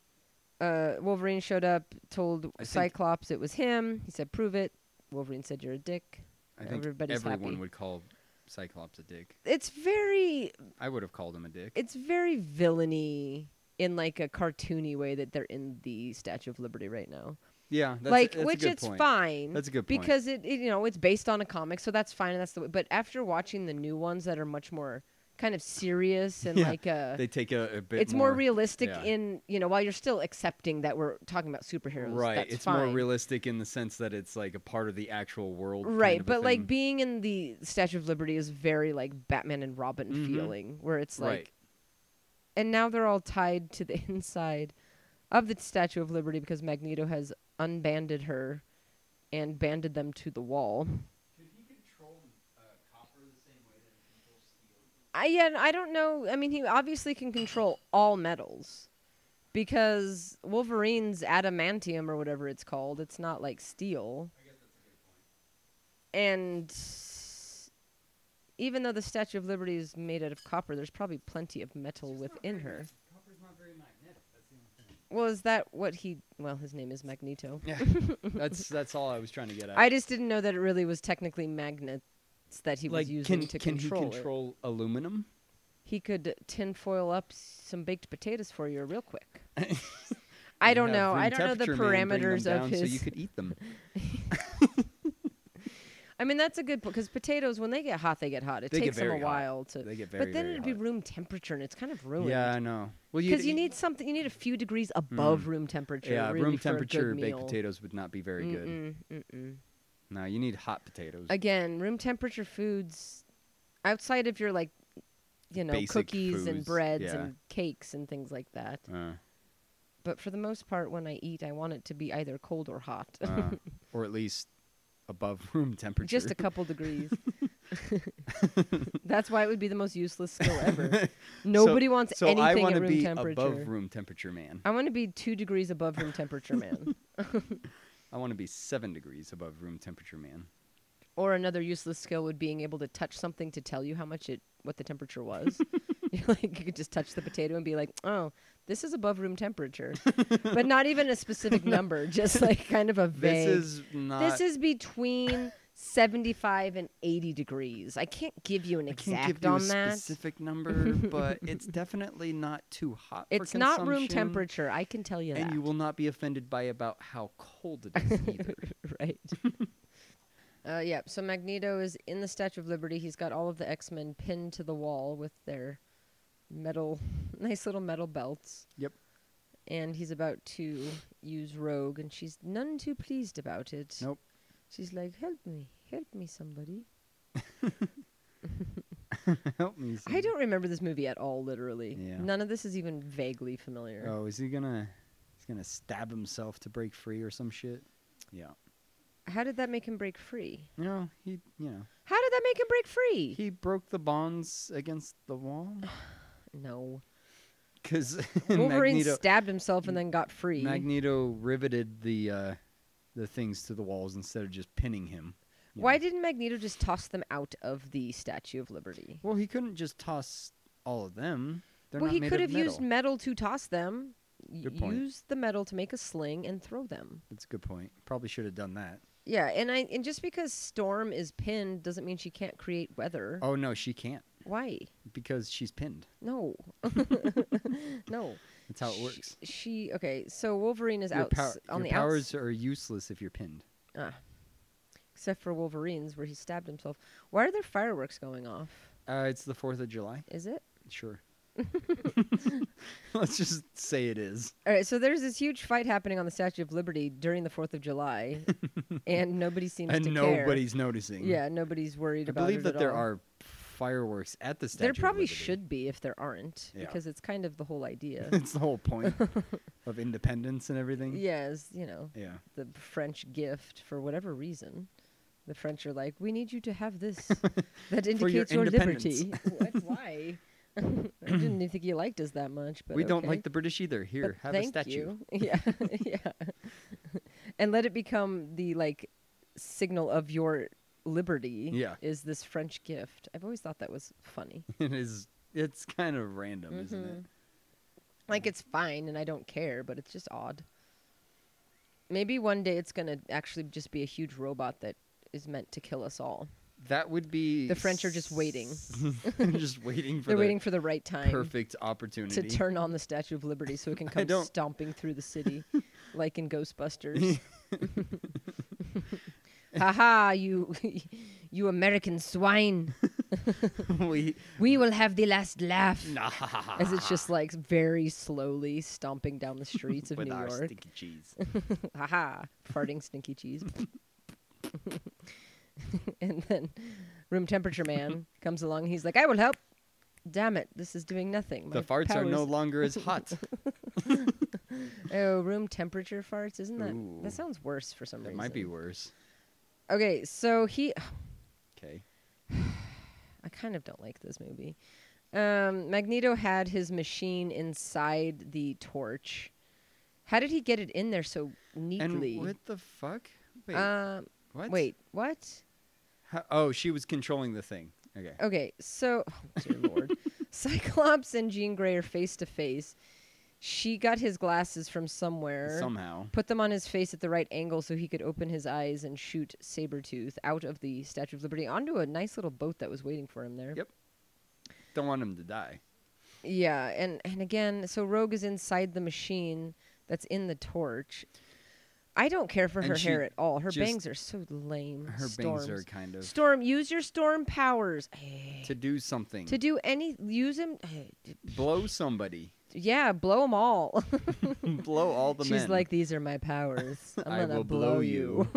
Uh, Wolverine showed up, told I think- Cyclops it was him. He said, "Prove it." Wolverine said, "You're a dick." I think Everybody's everyone happy. would call Cyclops a dick. It's very, I would have called him a dick. it's very villainy in like a cartoony way that they're in the Statue of Liberty right now. yeah, that's a- like that's a which good it's point. fine. That's a good point. because it, it you know it's based on a comic, so that's fine. And that's the way. But after watching the new ones that are much more kind of serious and Yeah, like uh They take a, a bit. it's more, realistic yeah. in you know while you're still accepting that we're talking about superheroes, Right. That's it's fine. more realistic in the sense that it's like a part of the actual world. kind Right, of a but like thing. being in the Statue of Liberty is very like Batman and Robin Mhm. feeling, where it's like, Right. and now they're all tied to the inside of the Statue of Liberty because Magneto has unbanded her and banded them to the wall. I yeah, I don't know. I mean, he obviously can control all metals, because Wolverine's adamantium or whatever it's called, it's not like steel. And even though the Statue of Liberty is made out of copper, there's probably plenty of metal within her. Well, is that what he? Well, his name is Magneto. Yeah, that's that's all I was trying to get at. I just didn't know that it really was technically magnets that he like was using can to can control. he it. control aluminum? he could tinfoil up some baked potatoes for you real quick. I don't know. I don't know the parameters of his. So you could eat them. I mean, that's a good because potatoes when they get hot, they get hot. It They get takes them a very hot. while to. They get but very, then very it'd be hot. room temperature, and it's kind of ruined. Yeah, I know. Well, Because you need something. You need a few degrees above room temperature. Mm. yeah really, room for a good temperature baked meal. potatoes would not be very good. Mm-mm, mm-mm. No, you need hot potatoes. Again, room temperature foods, outside of your like, you know, Basic cookies and foods, breads yeah. and cakes and things like that. uh, But for the most part, when I eat, I want it to be either cold or hot. uh, or at least above room temperature. just a couple degrees. That's why it would be the most useless skill ever. Nobody so, wants so I anything wanna at room be temperature. above room temperature, man. I want to be two degrees above room temperature, man, I want to be seven degrees above room temperature, man. or another useless skill would being able to touch something to tell you how much it, what the temperature was. You're like you could just touch the potato and be like, oh, this is above room temperature, but not even a specific number, just like kind of a vague. This is not. This is between 75 and 80 degrees. I can't give you an I exact can't give you on a that. specific number, but it's definitely not too hot. for It's not room consumption, temperature. I can tell you and that. you will not be offended by about how cold it is either. right. uh, yeah. So Magneto is in the Statue of Liberty. He's got all of the X Men pinned to the wall with their metal, nice little metal belts. Yep. And he's about to use Rogue, and she's none too pleased about it. Nope. She's like, "Help me, help me, somebody." Help me. I don't remember this movie at all. Literally, Yeah. none of this is even vaguely familiar. Oh, is he gonna? He's gonna stab himself to break free or some shit. Yeah. How did that make him break free? You know he. You know How did that make him break free? he broke the bonds against the wall no. because Wolverine Magneto stabbed himself and then got free. Magneto riveted the uh, the things to the walls instead of just pinning him. you Why know. didn't Magneto just toss them out of the Statue of Liberty? Well, he couldn't just toss all of them. They're well, not he made could of have used metal. metal to toss them. Y- Good point. Use the metal to make a sling and throw them. That's a good point. Probably should have done that. Yeah, and I and just because Storm is pinned doesn't mean she can't create weather. Oh no, she can't Why? because she's pinned. No. no. That's how it She- works. She, okay. So Wolverine is Your, out pow- on your the outs- powers are useless if you're pinned. Ah. Except for Wolverine's, where he stabbed himself. Why are there fireworks going off? Uh, it's the Fourth of July. Is it? Sure. Let's just say it is. All right, so there's this huge fight happening on the Statue of Liberty during the Fourth of July, and nobody seems to and care. nobody's noticing. Yeah, nobody's worried I about believe it that at there all. are fireworks at the statue. There of probably Liberty. should be if there aren't, Yeah. because it's kind of the whole idea. It's the whole point of independence and everything. yes, you know, Yeah. the French gift for whatever reason. The French are like, we need you to have this. That For your indicates your, independence." liberty. what? Why? I didn't even think you liked us that much, but we don't okay. like the British either. Here, But have thank a statue. You. Yeah, yeah. and let it become the like signal of your liberty. Yeah. is this French gift? I've always thought that was funny. it is. It's kind of random, isn't it? Mm-hmm. like it's fine, and I don't care, but it's just odd. Maybe one day it's gonna actually just be a huge robot that is meant to kill us all. That would be The French are just waiting. They're just waiting for They're the waiting for the right time perfect to opportunity. turn on the Statue of Liberty so it can come don't- stomping through the city like in Ghostbusters. Haha, you you American swine. we We will have the last laugh. nah, As it's just like very slowly stomping down the streets of with New our York. stinky cheese. Haha, farting stinky cheese. and then room temperature man comes along. He's like, I will help. Damn it, this is doing nothing. the My farts are no powers- longer as hot. Oh, room temperature farts, isn't that? Ooh. That sounds worse for some That reason. might be worse. Okay, so he. Okay. I kind of don't like this movie. Um, Magneto had his machine inside the torch. How did he get it in there so neatly? And what the fuck? Wait, Um, what? wait, what? How- oh, she was controlling the thing. Okay. Okay, so oh, dear lord, Cyclops and Jean Grey are face to face. She got his glasses from somewhere. Somehow. Put them on his face at the right angle so he could open his eyes and shoot Sabretooth out of the Statue of Liberty onto a nice little boat that was waiting for him there. Yep. Don't want him to die. Yeah, and and again, so Rogue is inside the machine that's in the torch. I don't care for And her she hair at all. Her just- bangs are so lame. Her Storms. bangs are kind of Storm, use your storm powers. Eh. to do something. To do any, use him. eh, d- blow somebody. Yeah, blow them all. blow all the She's men. like, these are my powers. I'm I gonna will blow, blow you.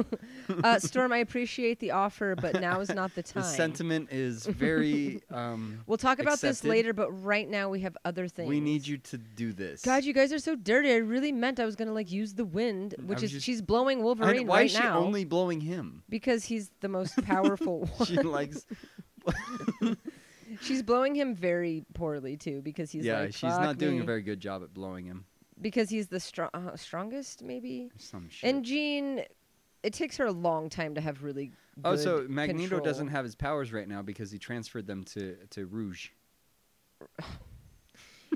uh, Storm, I appreciate the offer, but now is not the the time. sentiment is very um we'll talk about this accepted. later, but right now we have other things. We need you to do this. God, you guys are so dirty. I really meant I was gonna like use the wind, was which is just- she's blowing I don't- Wolverine why right is she now only blowing him? because he's the most powerful one. She likes she's blowing him very poorly too because he's Yeah, like, she's not "Fuck doing a me," very good job at blowing him. because he's the strong uh, strongest maybe. or Some shit. And Jean, it takes her a long time to have really. Good oh, so Magneto control. doesn't have his powers right now because he transferred them to to Rouge.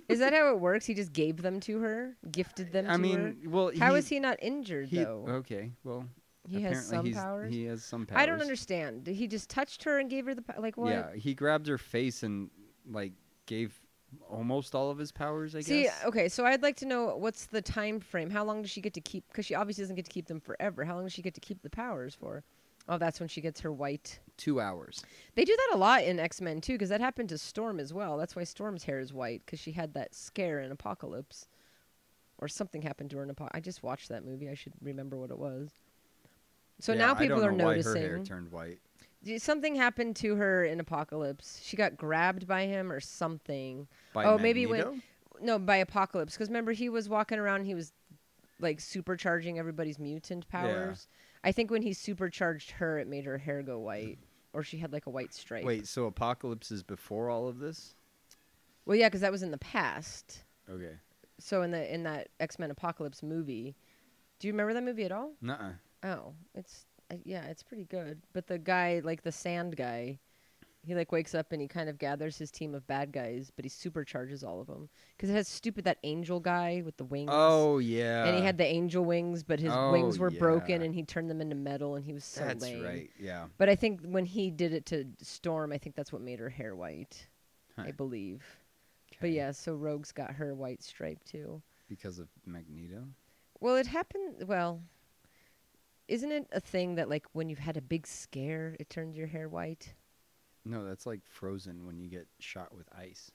Is that how it works? He just gave them to her, gifted them. I to mean, her? well, how he, is he not injured he- oh, though? Okay, well, he apparently has some he's, powers. He has some powers. I don't understand. He just touched her and gave her the pow- like what? Yeah, he grabbed her face and like gave almost all of his powers. I See, oh. guess. okay, so I'd like to know what's the time frame? How long does she get to keep? Because she obviously doesn't get to keep them forever. How long does she get to keep the powers for? Oh, that's when she gets her white. Two hours. They do that a lot in X Men too, because that happened to Storm as well. That's why Storm's hair is white, because she had that scare in Apocalypse, or something happened to her in Apocalypse. I just watched that movie. I should remember what it was. So Yeah, now I people don't are know noticing Why her hair turned white. Y- something happened to her in Apocalypse. She got grabbed by him or something. By oh, maybe Magneto? when no by Apocalypse because remember he was walking around. He was like supercharging everybody's mutant powers. I think when he supercharged her, it made her hair go white, or she had like a white stripe. Wait, so Apocalypse is before all of this? Well, yeah, because that was in the past. Okay. So in the in that X Men Apocalypse movie, do you remember that movie at all? Nuh-uh. Oh, it's uh, yeah, it's pretty good. But the guy, like the sand guy, he like wakes up and he kind of gathers his team of bad guys, but he supercharges all of them because it has stupid that angel guy with the wings. Oh yeah. and he had the angel wings, but his wings Oh, were broken, yeah. and he turned them into metal, and he was so That's lame. right. Yeah. But I think when he did it to Storm, I think that's what made her hair white, I Huh. believe. But yeah, so Rogue's got her white stripe too. Because of Magneto. Well, it happened. Well, isn't it a thing that like when you've had a big scare, it turns your hair white? No, that's like Frozen when you get shot with ice.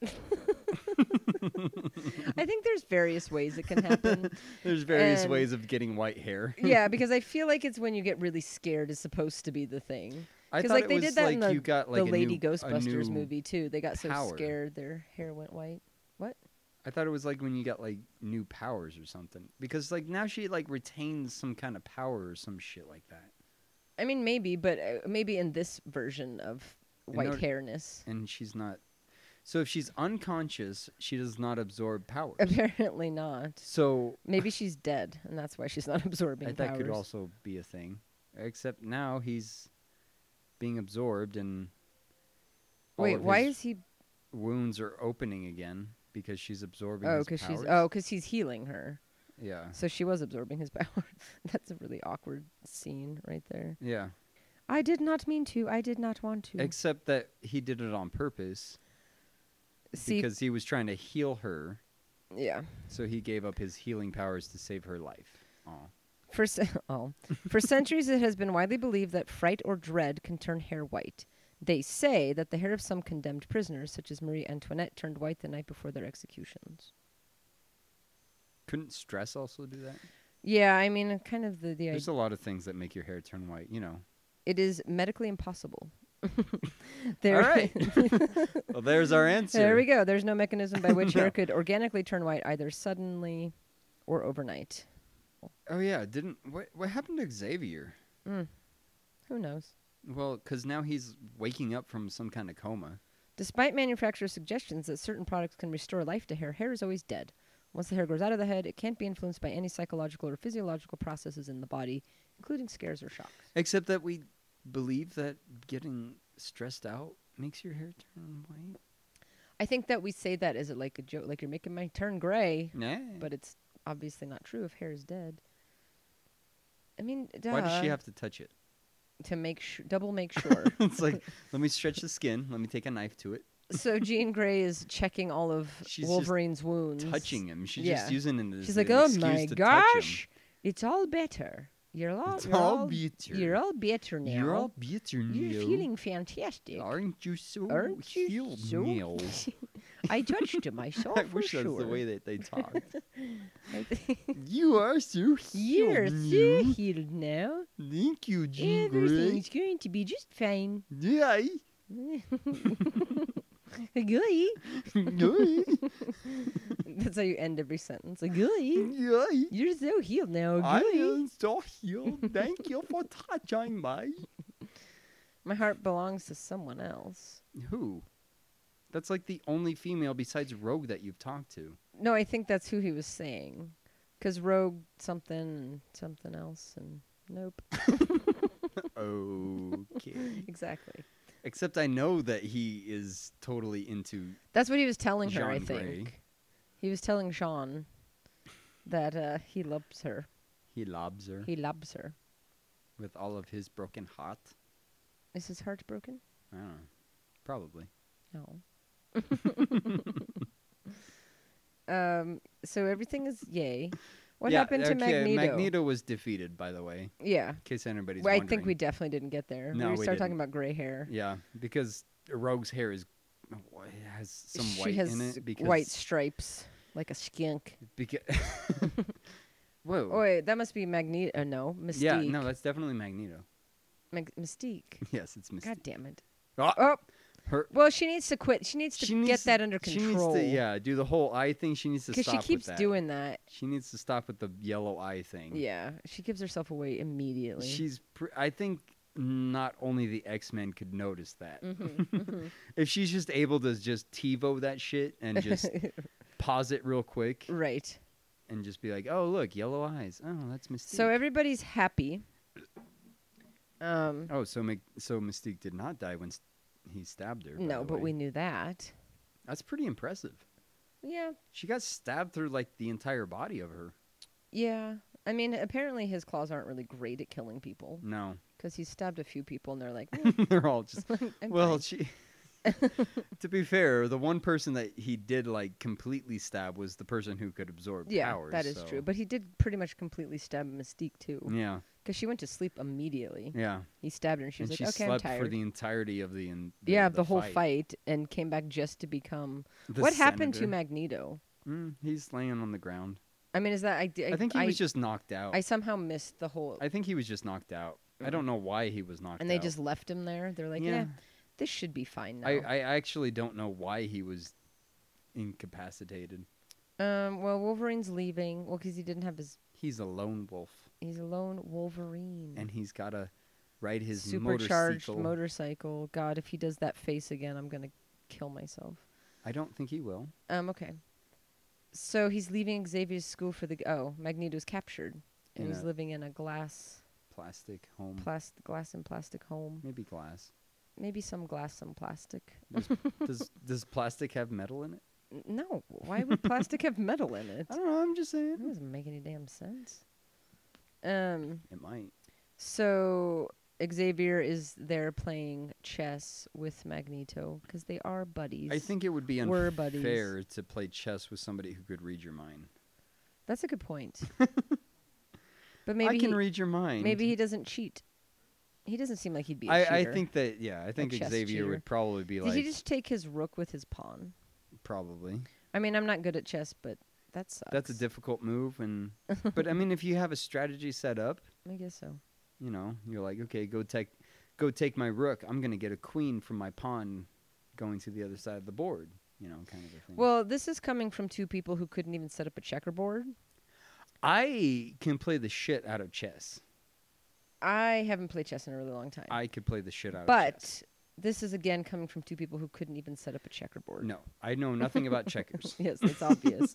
I think there's various ways it can happen. There's various And- ways of getting white hair. yeah, because I feel like it's when you get really scared is supposed to be the thing. I Because thought like it they was did that in like the, you got, the like, a Lady new- a Ghostbusters new movie too. They got so power. scared their hair went white. What? I thought it was like when you got like new powers or something. Because like now she like retains some kind of power or some shit like that. I mean, maybe, but uh, maybe in this version of In white order- hairness. And she's not so if she's unconscious, she does not absorb powers. Apparently not. So Maybe she's dead, and that's why she's not absorbing I- that could powers. also be a thing. Except now he's being absorbed and all Wait, of why his is he wounds are opening again because she's absorbing Oh, his because she's powers. oh, because he's healing her. yeah. So she was absorbing his power. That's a really awkward scene right there. Yeah. I did not mean to. I did not want to. Except that he did it on purpose See, because he was trying to heal her. yeah. So he gave up his healing powers to save her life. Aw. For ce- oh. for centuries, it has been widely believed that fright or dread can turn hair white. They say that the hair of some condemned prisoners, such as Marie Antoinette, turned white the night before their executions. Couldn't stress also do that? Yeah, I mean, kind of the the idea. There's a lot of things that make your hair turn white, you know. it is medically impossible. there, All right. well, there's our answer. There we go. There's no mechanism by which hair could organically turn white either suddenly or overnight. Oh yeah, didn't what what happened to Xavier? Who knows? Well, cuz now he's waking up from some kind of coma. Despite manufacturers' suggestions that certain products can restore life to hair, hair is always dead. Once the hair grows out of the head, it can't be influenced by any psychological or physiological processes in the body, including scares or shocks. Except that we believe that getting stressed out makes your hair turn white. I think that we say that as a, like a joke, like you're making my turn gray, Nah. but it's obviously not true if hair is dead. I mean, Why does she duh, have to touch it? to make su double make sure? It's like, let me stretch the skin. Let me take a knife to it. so Jean Grey is checking all of She's just Wolverine's wounds, Touching him. She's Yeah. just using it as She's like, an "Oh excuse my to touch him." gosh, it's all better. You're all, It's you're all all better. You're all better now. You're all bitter You're now. feeling fantastic. Aren't you so Aren't you healed so- now? I touched myself I for wish sure. that's the way that they talked. I think- you are so You're healed. so now. healed now. Thank you, Jean Grey. Everything's going to be just fine. Yeah. Gooey. Yeah. That's how you end every sentence. Like, Gooey. Yeah. You're so healed now. I Gooey. am so healed. Thank you for touching my. My heart belongs to someone else. Who? That's like the only female besides Rogue that you've talked to. No, I think that's who he was saying. Because Rogue something, and something else, and nope. Okay. Exactly. Except I know that he is totally into. That's what he was telling her, I Jean Grey. think. He was telling Sean that uh, he loves her. He lobs her He loves her. with all of his broken heart. Is his heart broken? I don't know. Probably. No. um, so everything is yay. What Yeah, happened to okay, Magneto? Magneto was defeated, by the way. Yeah. In case anybody's Well, I wondering. think we definitely didn't get there. No, we we started talking didn't. about gray hair. Yeah, because Rogue's hair is oh, it has some she white has in it. Because white stripes like a skink. Because whoa. Oh wait, that must be Magneto. Uh, no, Mystique. yeah, no, that's definitely Magneto. Mag- Mystique. Yes, it's Mystique. God damn it. Ah, Oh, her, well, she needs to quit. She needs to she get needs that to- under she control. needs to, yeah, do the whole eye thing. She needs to Because stop she with keeps that. Mm. doing that. She needs to stop with the yellow eye thing. Yeah, she gives herself away immediately. she's. Pr- I think not only the X Men could notice that. Mm-hmm, if she's just able to just TiVo that shit and just pause it real quick right. and just be like, "Oh, look, yellow eyes. Oh, that's Mystique." So everybody's happy. Um, Oh, so Mc- so Mystique did not die when st- he stabbed her. by no, the but way. we knew that. That's pretty impressive. Yeah, She got stabbed through like the entire body of her. yeah. I mean, apparently his claws aren't really great at killing people No, because he stabbed a few people and they're like, "Eh, they're all just. I'm well, fine." she. to be fair, the one person that he did like completely stab was the person who could absorb yeah, powers. that is so- true. But he did pretty much completely stab Mystique too because yeah, she went to sleep immediately. yeah, He stabbed her and she and was she like, okay, I'm slept tired. for the entirety of the, en- yeah, the, whole fight. and came back just to become. The what happened to senator. Magneto? Mm, he's laying on the ground. I mean, is that I? d- I, think he I, was just knocked out. I I, somehow missed the whole. think he was just knocked out. I don't know why he was knocked out. and they just left him there. They're like, yeah, Yeah. this should be fine now. I, I actually don't know why he was incapacitated. um, well, Wolverine's leaving. Well, because he didn't have his. He's a lone wolf, He's a lone Wolverine. and he's got to ride his Mm. supercharged motorcycle. motorcycle. God, if he does that face again, I'm gonna kill myself. I don't think he will. Um, okay. So he's leaving Xavier's school for the. g- Oh, Magneto's captured, In and he's a- Mm. living in a glass, Plastic home, plas- glass and plastic home. maybe glass. Maybe some glass, some plastic. Does does plastic have metal in it? N- No, why would plastic have metal in it? I don't know. I'm just That saying. doesn't make any damn sense. Um. It might. So Xavier is there playing chess with Magneto because they are buddies. I think it would be We're buddies. unfair to play chess with somebody who could read your mind. that's a good point. but maybe I can he, read your mind. maybe he doesn't cheat. He doesn't seem like he'd be. a I, I cheater. think that yeah. I think chess Xavier cheater. would probably be Did like he just take his rook with his pawn? probably. I mean, I'm not good at chess, but that sucks. That's a difficult move, and but I mean, if you have a strategy set up, I guess so. you know, you're like, okay, go take, go take my rook. I'm gonna get a queen from my pawn, going to the other side of the board. You know, kind of a thing. Well, this is coming from two people who couldn't even set up a checkerboard. I can play the shit out of chess. I haven't played chess in a really long time. I could play the shit out of but chess. This is again coming from two people who couldn't even set up a checkerboard. No, I know nothing about checkers, Yes, it's obvious.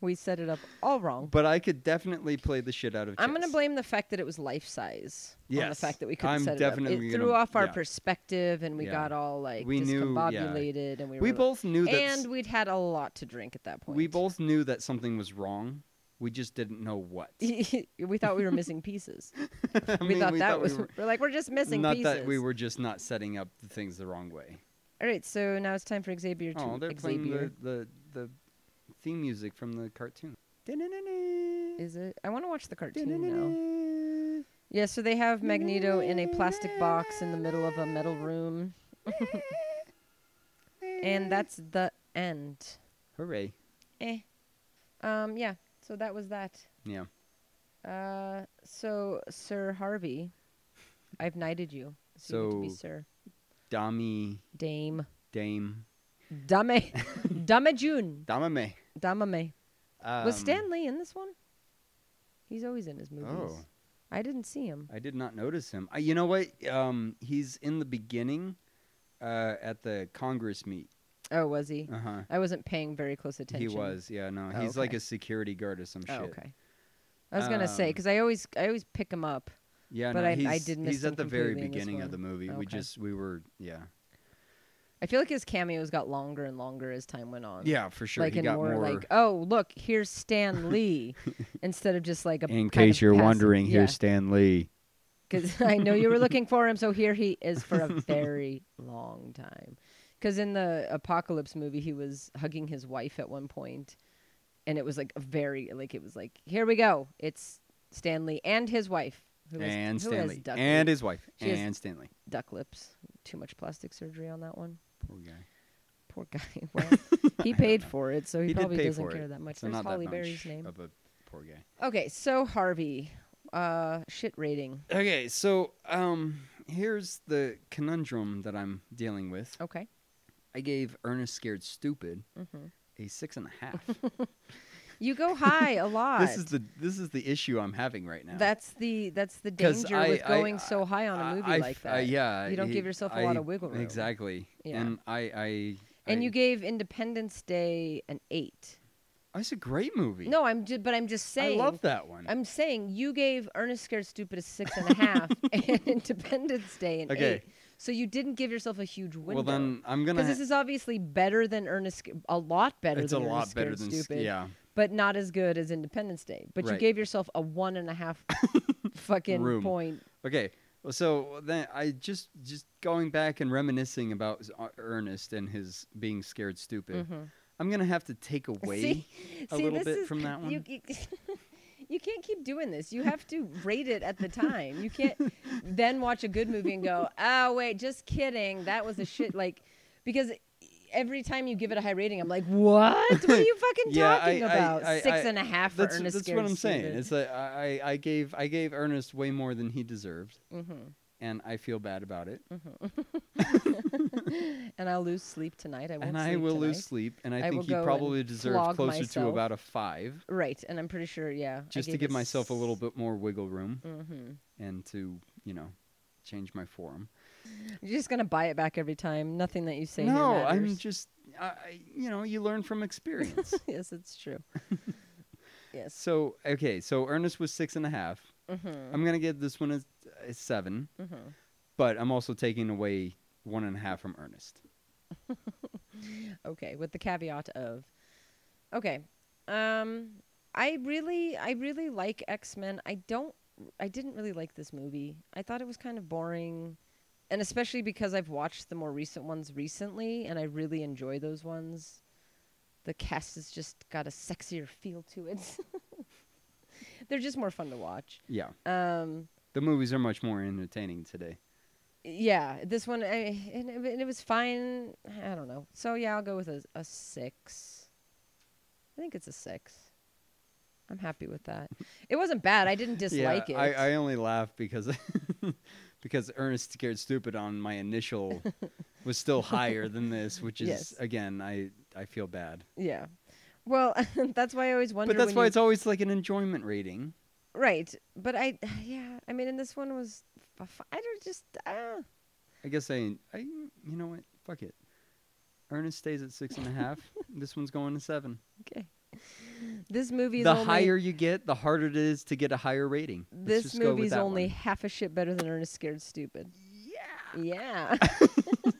we set it up all wrong. but I could definitely play the shit out of. I'm going to chess. blame the fact that it was life size. On the Yes, fact that we couldn't I'm set it up. definitely It gonna- threw off our yeah. perspective and we Yeah. got all like We knew- yeah. discombobulated and we, We were, both knew that. s- And we'd had a lot to drink at that point. we both knew that something was wrong. We just didn't know what. we thought we were missing pieces. I we mean, thought that was. we We were- are like we're just missing not pieces. that we were just not setting up the things the wrong way. All right, so now it's time for Xavier to Oh, they're playing Xavier. the, the the theme music from the cartoon. Is it? I want to watch the cartoon now. Yeah, so they have Magneto in a plastic box in the middle of a metal room. and that's the end. Hooray! Eh. Um, yeah, so that was that. Yeah. Uh, so, Sir Harvey, I've knighted you. So, you get to be So- Sir. Dami, Dame. Dame, Dame. Dame June. Damame. Damame. Um, was Stan Lee in this one? He's always in his movies. Oh, I didn't see him. I did not notice him. I, you know what? Um, he's in the beginning, uh, at the Congress meet. Oh, was he? Uh huh. I wasn't paying very close attention. He was. Yeah. No. Oh, He's like okay. a security guard or some Oh, shit. okay. I was gonna say Um, because I always I always pick him up. Yeah. But no, I- I he's, did miss He's him at the very completely in this beginning one. of the movie. We Okay. just we were yeah. I feel like his cameos got longer and longer as time went on. Yeah, for sure. like he and got more, more. like oh look here's Stan Lee instead of just like a. in kind case of you're passive- wondering, yeah, here's Stan Lee. because I know you were looking for him, so here he is for a very long time. Because in the apocalypse movie, he was hugging his wife at one point, and it was like a very like it was like here we go, it's Stanley and his wife who has- and who has Stanley duck and lip- his wife She has- and Stanley. duck lips. Too much plastic surgery on that one. Poor guy. Poor guy. Well, he paid for it, so he, did probably pay doesn't for care it, that much. So There's not Holly that Berry's much name. of a poor guy. Okay, so Harvey, uh, shit rating. Okay, so um, here's the conundrum that I'm dealing with. Okay. I gave Ernest Scared Stupid Mhm. a six and a half. You go high a lot. this is the this is the issue I'm having right now. That's the that's the 'Cause danger I- with I- going so high on I- a movie I like f- that. I- yeah, you don't give I- yourself a lot I- of wiggle room. Exactly. Yeah. And I, I And I- you gave Independence Day an eight. oh, It's a great movie. No, I'm just, but I'm just saying. I love that one. I'm saying you gave Ernest Scared Stupid a six and a half, and Independence Day an Okay. eight. So you didn't give yourself a huge well, window. then I'm gonna. because this ha- is obviously better than Ernest, Sc- a lot better. it's a than lot Ernest better Scared than Sc- Stupid. yeah. but not as good as Independence Day. But you Right. gave yourself a one and a half fucking Room. point. Okay. Well, so then I just just going back and reminiscing about s- uh, Ernest and his being scared stupid. I'm gonna have to take away Mm-hmm. See, a See, little this bit is- from that one. You, you, you can't keep doing this. You have to rate it at the time. You can't then watch a good movie and go, oh wait, just kidding. That was a shit like because. Every time you give it a high rating, I'm like, "What? What are you fucking Yeah, talking I- I- about? I- Six I- and a half for that's Ernest that's Scared what I'm saying. Stupid. It's like I, I I gave I gave Ernest way more than he deserved, Mm-hmm. and I feel bad about it. and I'll lose sleep tonight. I won't And sleep I will tonight. lose sleep, and I, I will think he go and probably deserved flog closer to myself. about a five, Right, and I'm pretty sure, yeah. I just to gave give it myself a s- little bit more wiggle room Mhm. and to you know change my form. You're just gonna buy it back every time. Nothing that you say. here no, I'm matters. just, I, I- you know, you learn from experience. yes, it's true. yes. so, okay, so Ernest was six and a half. Mm-hmm. I'm going to give this one a, a 7 but I'm also taking away one and a half from Ernest. Okay, with the caveat of, okay, um, I really, I really like X Men. I don't, I didn't really like this movie. I thought it was kind of boring, and especially because I've watched the more recent ones recently, and I really enjoy those ones. The cast has just got a sexier feel to it. They're just more fun to watch. Yeah, Um, the movies are much more entertaining today. yeah, this one, I, and, it, and it was fine. I don't know. So yeah, I'll go with a, a six. I think it's a six. I'm happy with that. It wasn't bad. I didn't dislike yeah, it. I, I only laugh because because Ernest scared stupid on my initial was still higher than this, which is Yes. again I I feel bad, yeah. Well, that's why I always wonder. but that's when why you- it's always like an enjoyment rating. right. But I, yeah. I mean, and this one was, f- f- I don't just. Uh, I guess I, I, you know what? Fuck it. Ernest stays at six and a half. this one's going to seven. Okay. This movie is the only, higher you get, the harder it is to get a higher rating. Let's this just go with movie's that only one. half a shit better than Ernest Scared Stupid. Yeah.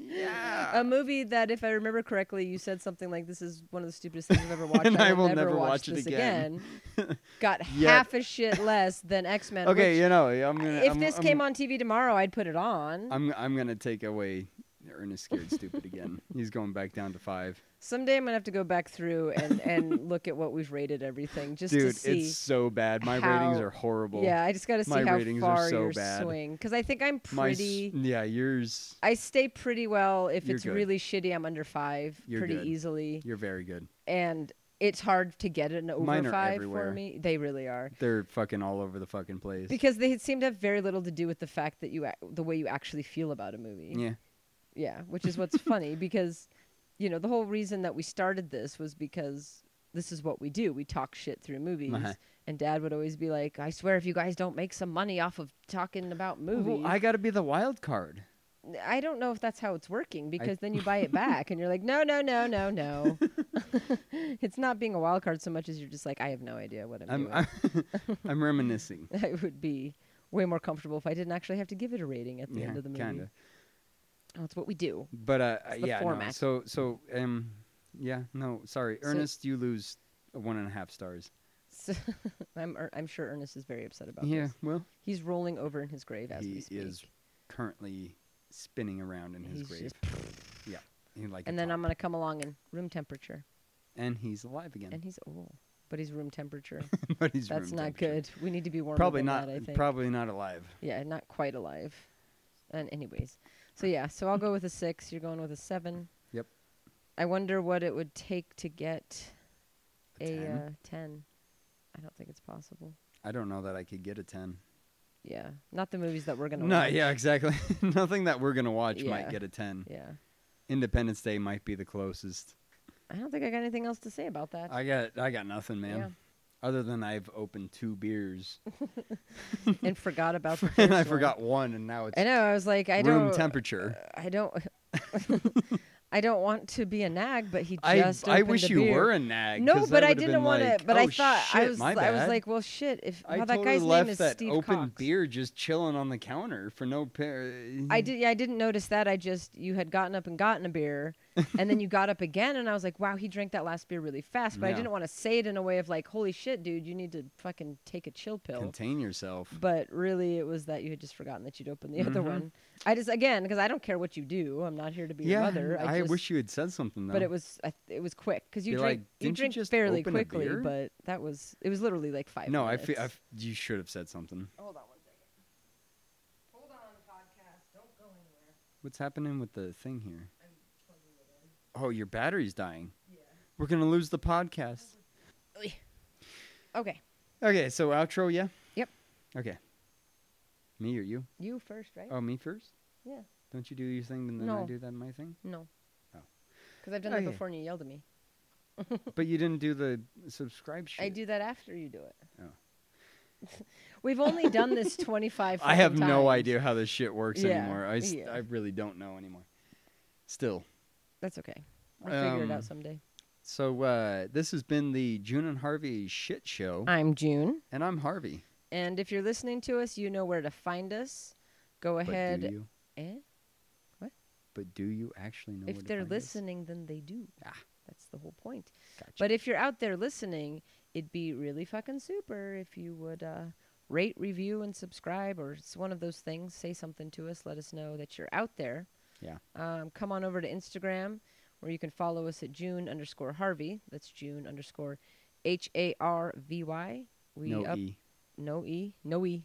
Yeah. a movie that, if I remember correctly, you said something like, "This is one of the stupidest things I've ever watched, And I will never watch, watch it this again." again," Got Yet- half a shit less than X Men. Okay, you know, I'm gonna. if I'm, this I'm, came on TV tomorrow, I'd put it on. I'm I'm gonna take away Ernest Scared Stupid again. He's going back down to five. Someday I'm gonna have to go back through and and look at what we've rated everything just Dude, to see. it's so bad. My ratings how- are horrible. Yeah, I just got to My see how ratings are far so your bad. swing because I think I'm My s- pretty. yeah, yours. I stay pretty well if You're it's good. really shitty. I'm under five You're pretty good. easily, You're very good. and it's hard to get an over Mine are five everywhere. for me. They really are They're fucking all over the fucking place. because they seem to have very little to do with the fact that you ac- the way you actually feel about a movie. yeah. Yeah, which is what's funny because, you know, the whole reason that we started this was because this is what we do. We talk shit through movies. Uh-huh. And dad would always be like, I swear if you guys don't make some money off of talking about movies. I got to be the wild card. I don't know if that's how it's working because then you buy it back and you're like, no, no, no, no, no. it's not being a wild card so much as you're just like, I have no idea what I'm, I'm doing. I'm, I'm reminiscing. I would be way more comfortable if I didn't actually have to give it a rating at the yeah, end of the movie. kinda. That's what we do. But uh, It's the yeah, no, format. so so um, yeah, no, sorry, So- Ernest, you lose one and a half stars. So I'm, er- I'm sure Ernest is very upset about Yeah, this. well, He's rolling over in his grave as we he speak. is currently spinning around in his He's grave. just- yeah, he like and a then I'm top. gonna come along and room temperature, and he's alive again, and he's oh, but he's room temperature. but he's That's room not temperature. good. We need to be warmer. Probably than not. That, I think. probably not alive. yeah, not quite alive. And anyways, so yeah, so I'll go with a six. You're going with a seven. Yep. I wonder what it would take to get A a, 10? uh, ten. I don't think it's possible. I don't know that I could get a ten. Yeah, not the movies that we're gonna. No, watch. yeah, exactly. Nothing that we're gonna watch Yeah. might get a ten. Yeah. Independence Day might be the closest. I don't think I got anything else to say about that. I got I got nothing, man. Other than I've opened two beers and forgot about the and I first one. forgot one, and now it's I know. I was like, I room don't. uh, temperature. I don't. I don't want to be a nag, but he I, just. I opened wish a you beer. were a nag. No, 'cause but I I would've didn't been want like, to. But I "Oh, thought I shit, was. my I was bad." like, well, shit. If I well, that totally guy's left name is that Steve open Cox. beer just chilling on the counter for no. Par- I did. Yeah, I didn't notice that. I just you had gotten up and gotten a beer, and then you got up again, and I was like, wow, he drank that last beer really fast. But I Yeah. didn't want to say it in a way of like, holy shit, dude, you need to fucking take a chill pill. contain yourself. but really it was that you had just forgotten that you'd opened the Mm-hmm. other one. I just again because I don't care what you do. I'm not here to be your yeah, mother. I, I, just, wish you had said something though. But it was I, th- it was quick because you Be drink Oh. like, you "Didn't you drink just fairly open a quickly. beer?" But that was it was literally like five. no. I minutes. feel you should have said something. Hold on one second. Hold on, podcast. Don't go anywhere. What's happening with the thing here? Oh, your battery's dying. We're gonna lose the podcast. Okay, Okay, so outro, yeah. Yep. Okay. Me or you? you first, right? Oh, me first. Yeah. Don't you do your thing, and then I No. do that my thing. No. Oh. Because I've done Okay. that before and you yelled at me. But you didn't do the subscribe shit. I do that after you do it. Oh. We've only done this 25 I have fucking no times. idea how this shit works Yeah, anymore. I, s- yeah. I really don't know anymore. Still. That's okay. I'll figure it Um, out someday. So uh, this has been the June and Harvey shit show, I'm June. and I'm Harvey. And if you're listening to us, you know where to find us. Go But do ahead. you? Eh? But do you actually know? where If to they're find us? listening, then they do. Ah. That's the whole point. Gotcha. But if you're out there listening, it'd be really fucking super if you would uh, rate, review, and subscribe, or it's one of those things. Say something to us. Let us know that you're out there. Yeah. Um, come on over to Instagram, where you can follow us at June underscore Harvey. That's June underscore H A R V Y. We no up e, no e no e.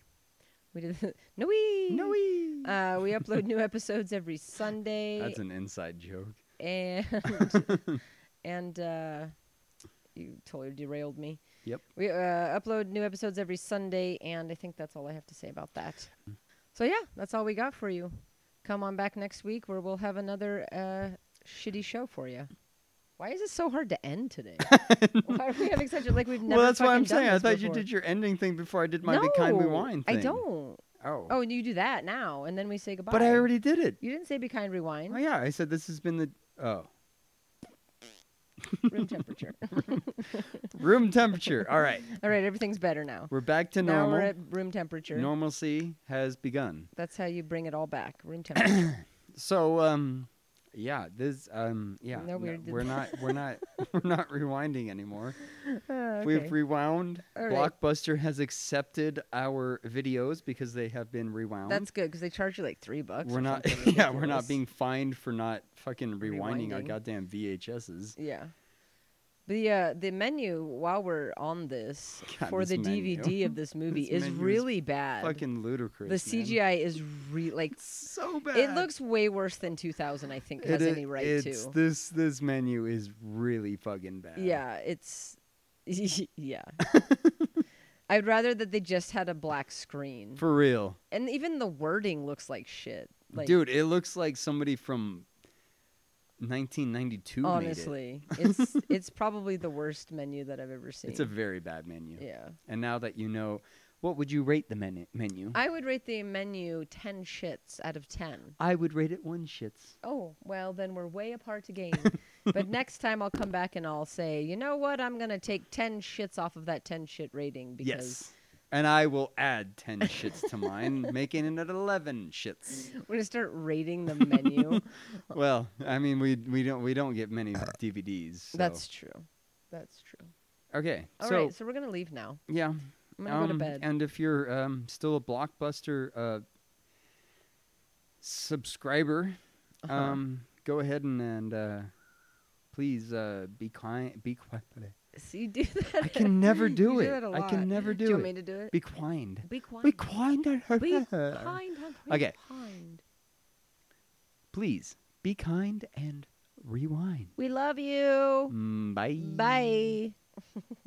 We did no e no e. Uh, we upload new episodes every Sunday. That's an inside joke. and and uh, you totally derailed me. Yep. We uh, upload new episodes every Sunday, and I think that's all I have to say about that. So yeah, that's all we got for you. Come on back next week where we'll have another uh, shitty show for you. Why is it so hard to end today? why are we having such a like we've never? well, that's what fucking I'm done saying. I this thought you before. did your ending thing before I did my be kind we No, wine thing. I don't. Oh. Oh, and you do that now, and then we say goodbye. But I already did it. You didn't say "Be kind, rewind." Oh yeah, I said this has been the oh Room temperature. room temperature. All right, All right, everything's better now. we're back to now normal. we're at room temperature. Normalcy has begun. That's how you bring it all back. Room temperature. So um, yeah, this um, yeah, No, we did we're not that. we're not we're not rewinding anymore. Ah, okay. We've rewound. All right. Blockbuster has accepted our videos because they have been rewound. That's good because they charge you like three bucks. we're or not something yeah we're ridiculous. not being fined for not fucking rewinding, our Rewinding. goddamn VHSs. Yeah. The uh, the menu while we're on this God, for this the menu. DVD of this movie This is menu is really bad. Fucking ludicrous. the CGI is re- like so bad. it looks way worse than 2000. I think has It i- any right it's, to. This this menu is really fucking bad. yeah, it's yeah. I'd rather that they just had a black screen. for real, and even the wording looks like shit. Like, dude. It looks like somebody from 1992. made it. honestly, it's it's probably the worst menu that I've ever seen. it's a very bad menu. yeah. And now that you know, what would you rate the menu? Menu? I would rate the menu ten shits out of ten. I would rate it one shits. Oh, well, then we're way apart again. but next time I'll come back and I'll say, you know what? I'm going to take 10 shits off of that 10 shit rating because Yes. And I will add ten shits to mine, making it at eleven shits. we're going to start rating the menu. Well, I mean, we we don't we don't get many DVDs. so- That's true. That's true. okay. All right, so so, we're going to leave now. yeah, I'm going to go to Um, bed. And if you're um, still a Blockbuster uh, subscriber, Uh-huh. um, go ahead and, and uh, please uh, be kind. Be quiet. See, you do that. I can never do you it. Do that a lot. I can never do, you want it. me to do it? Be kind. Be Be kind. kind. Be kind. and be Okay. kind. Please be kind and rewind. We love you. Mm, Bye. Bye.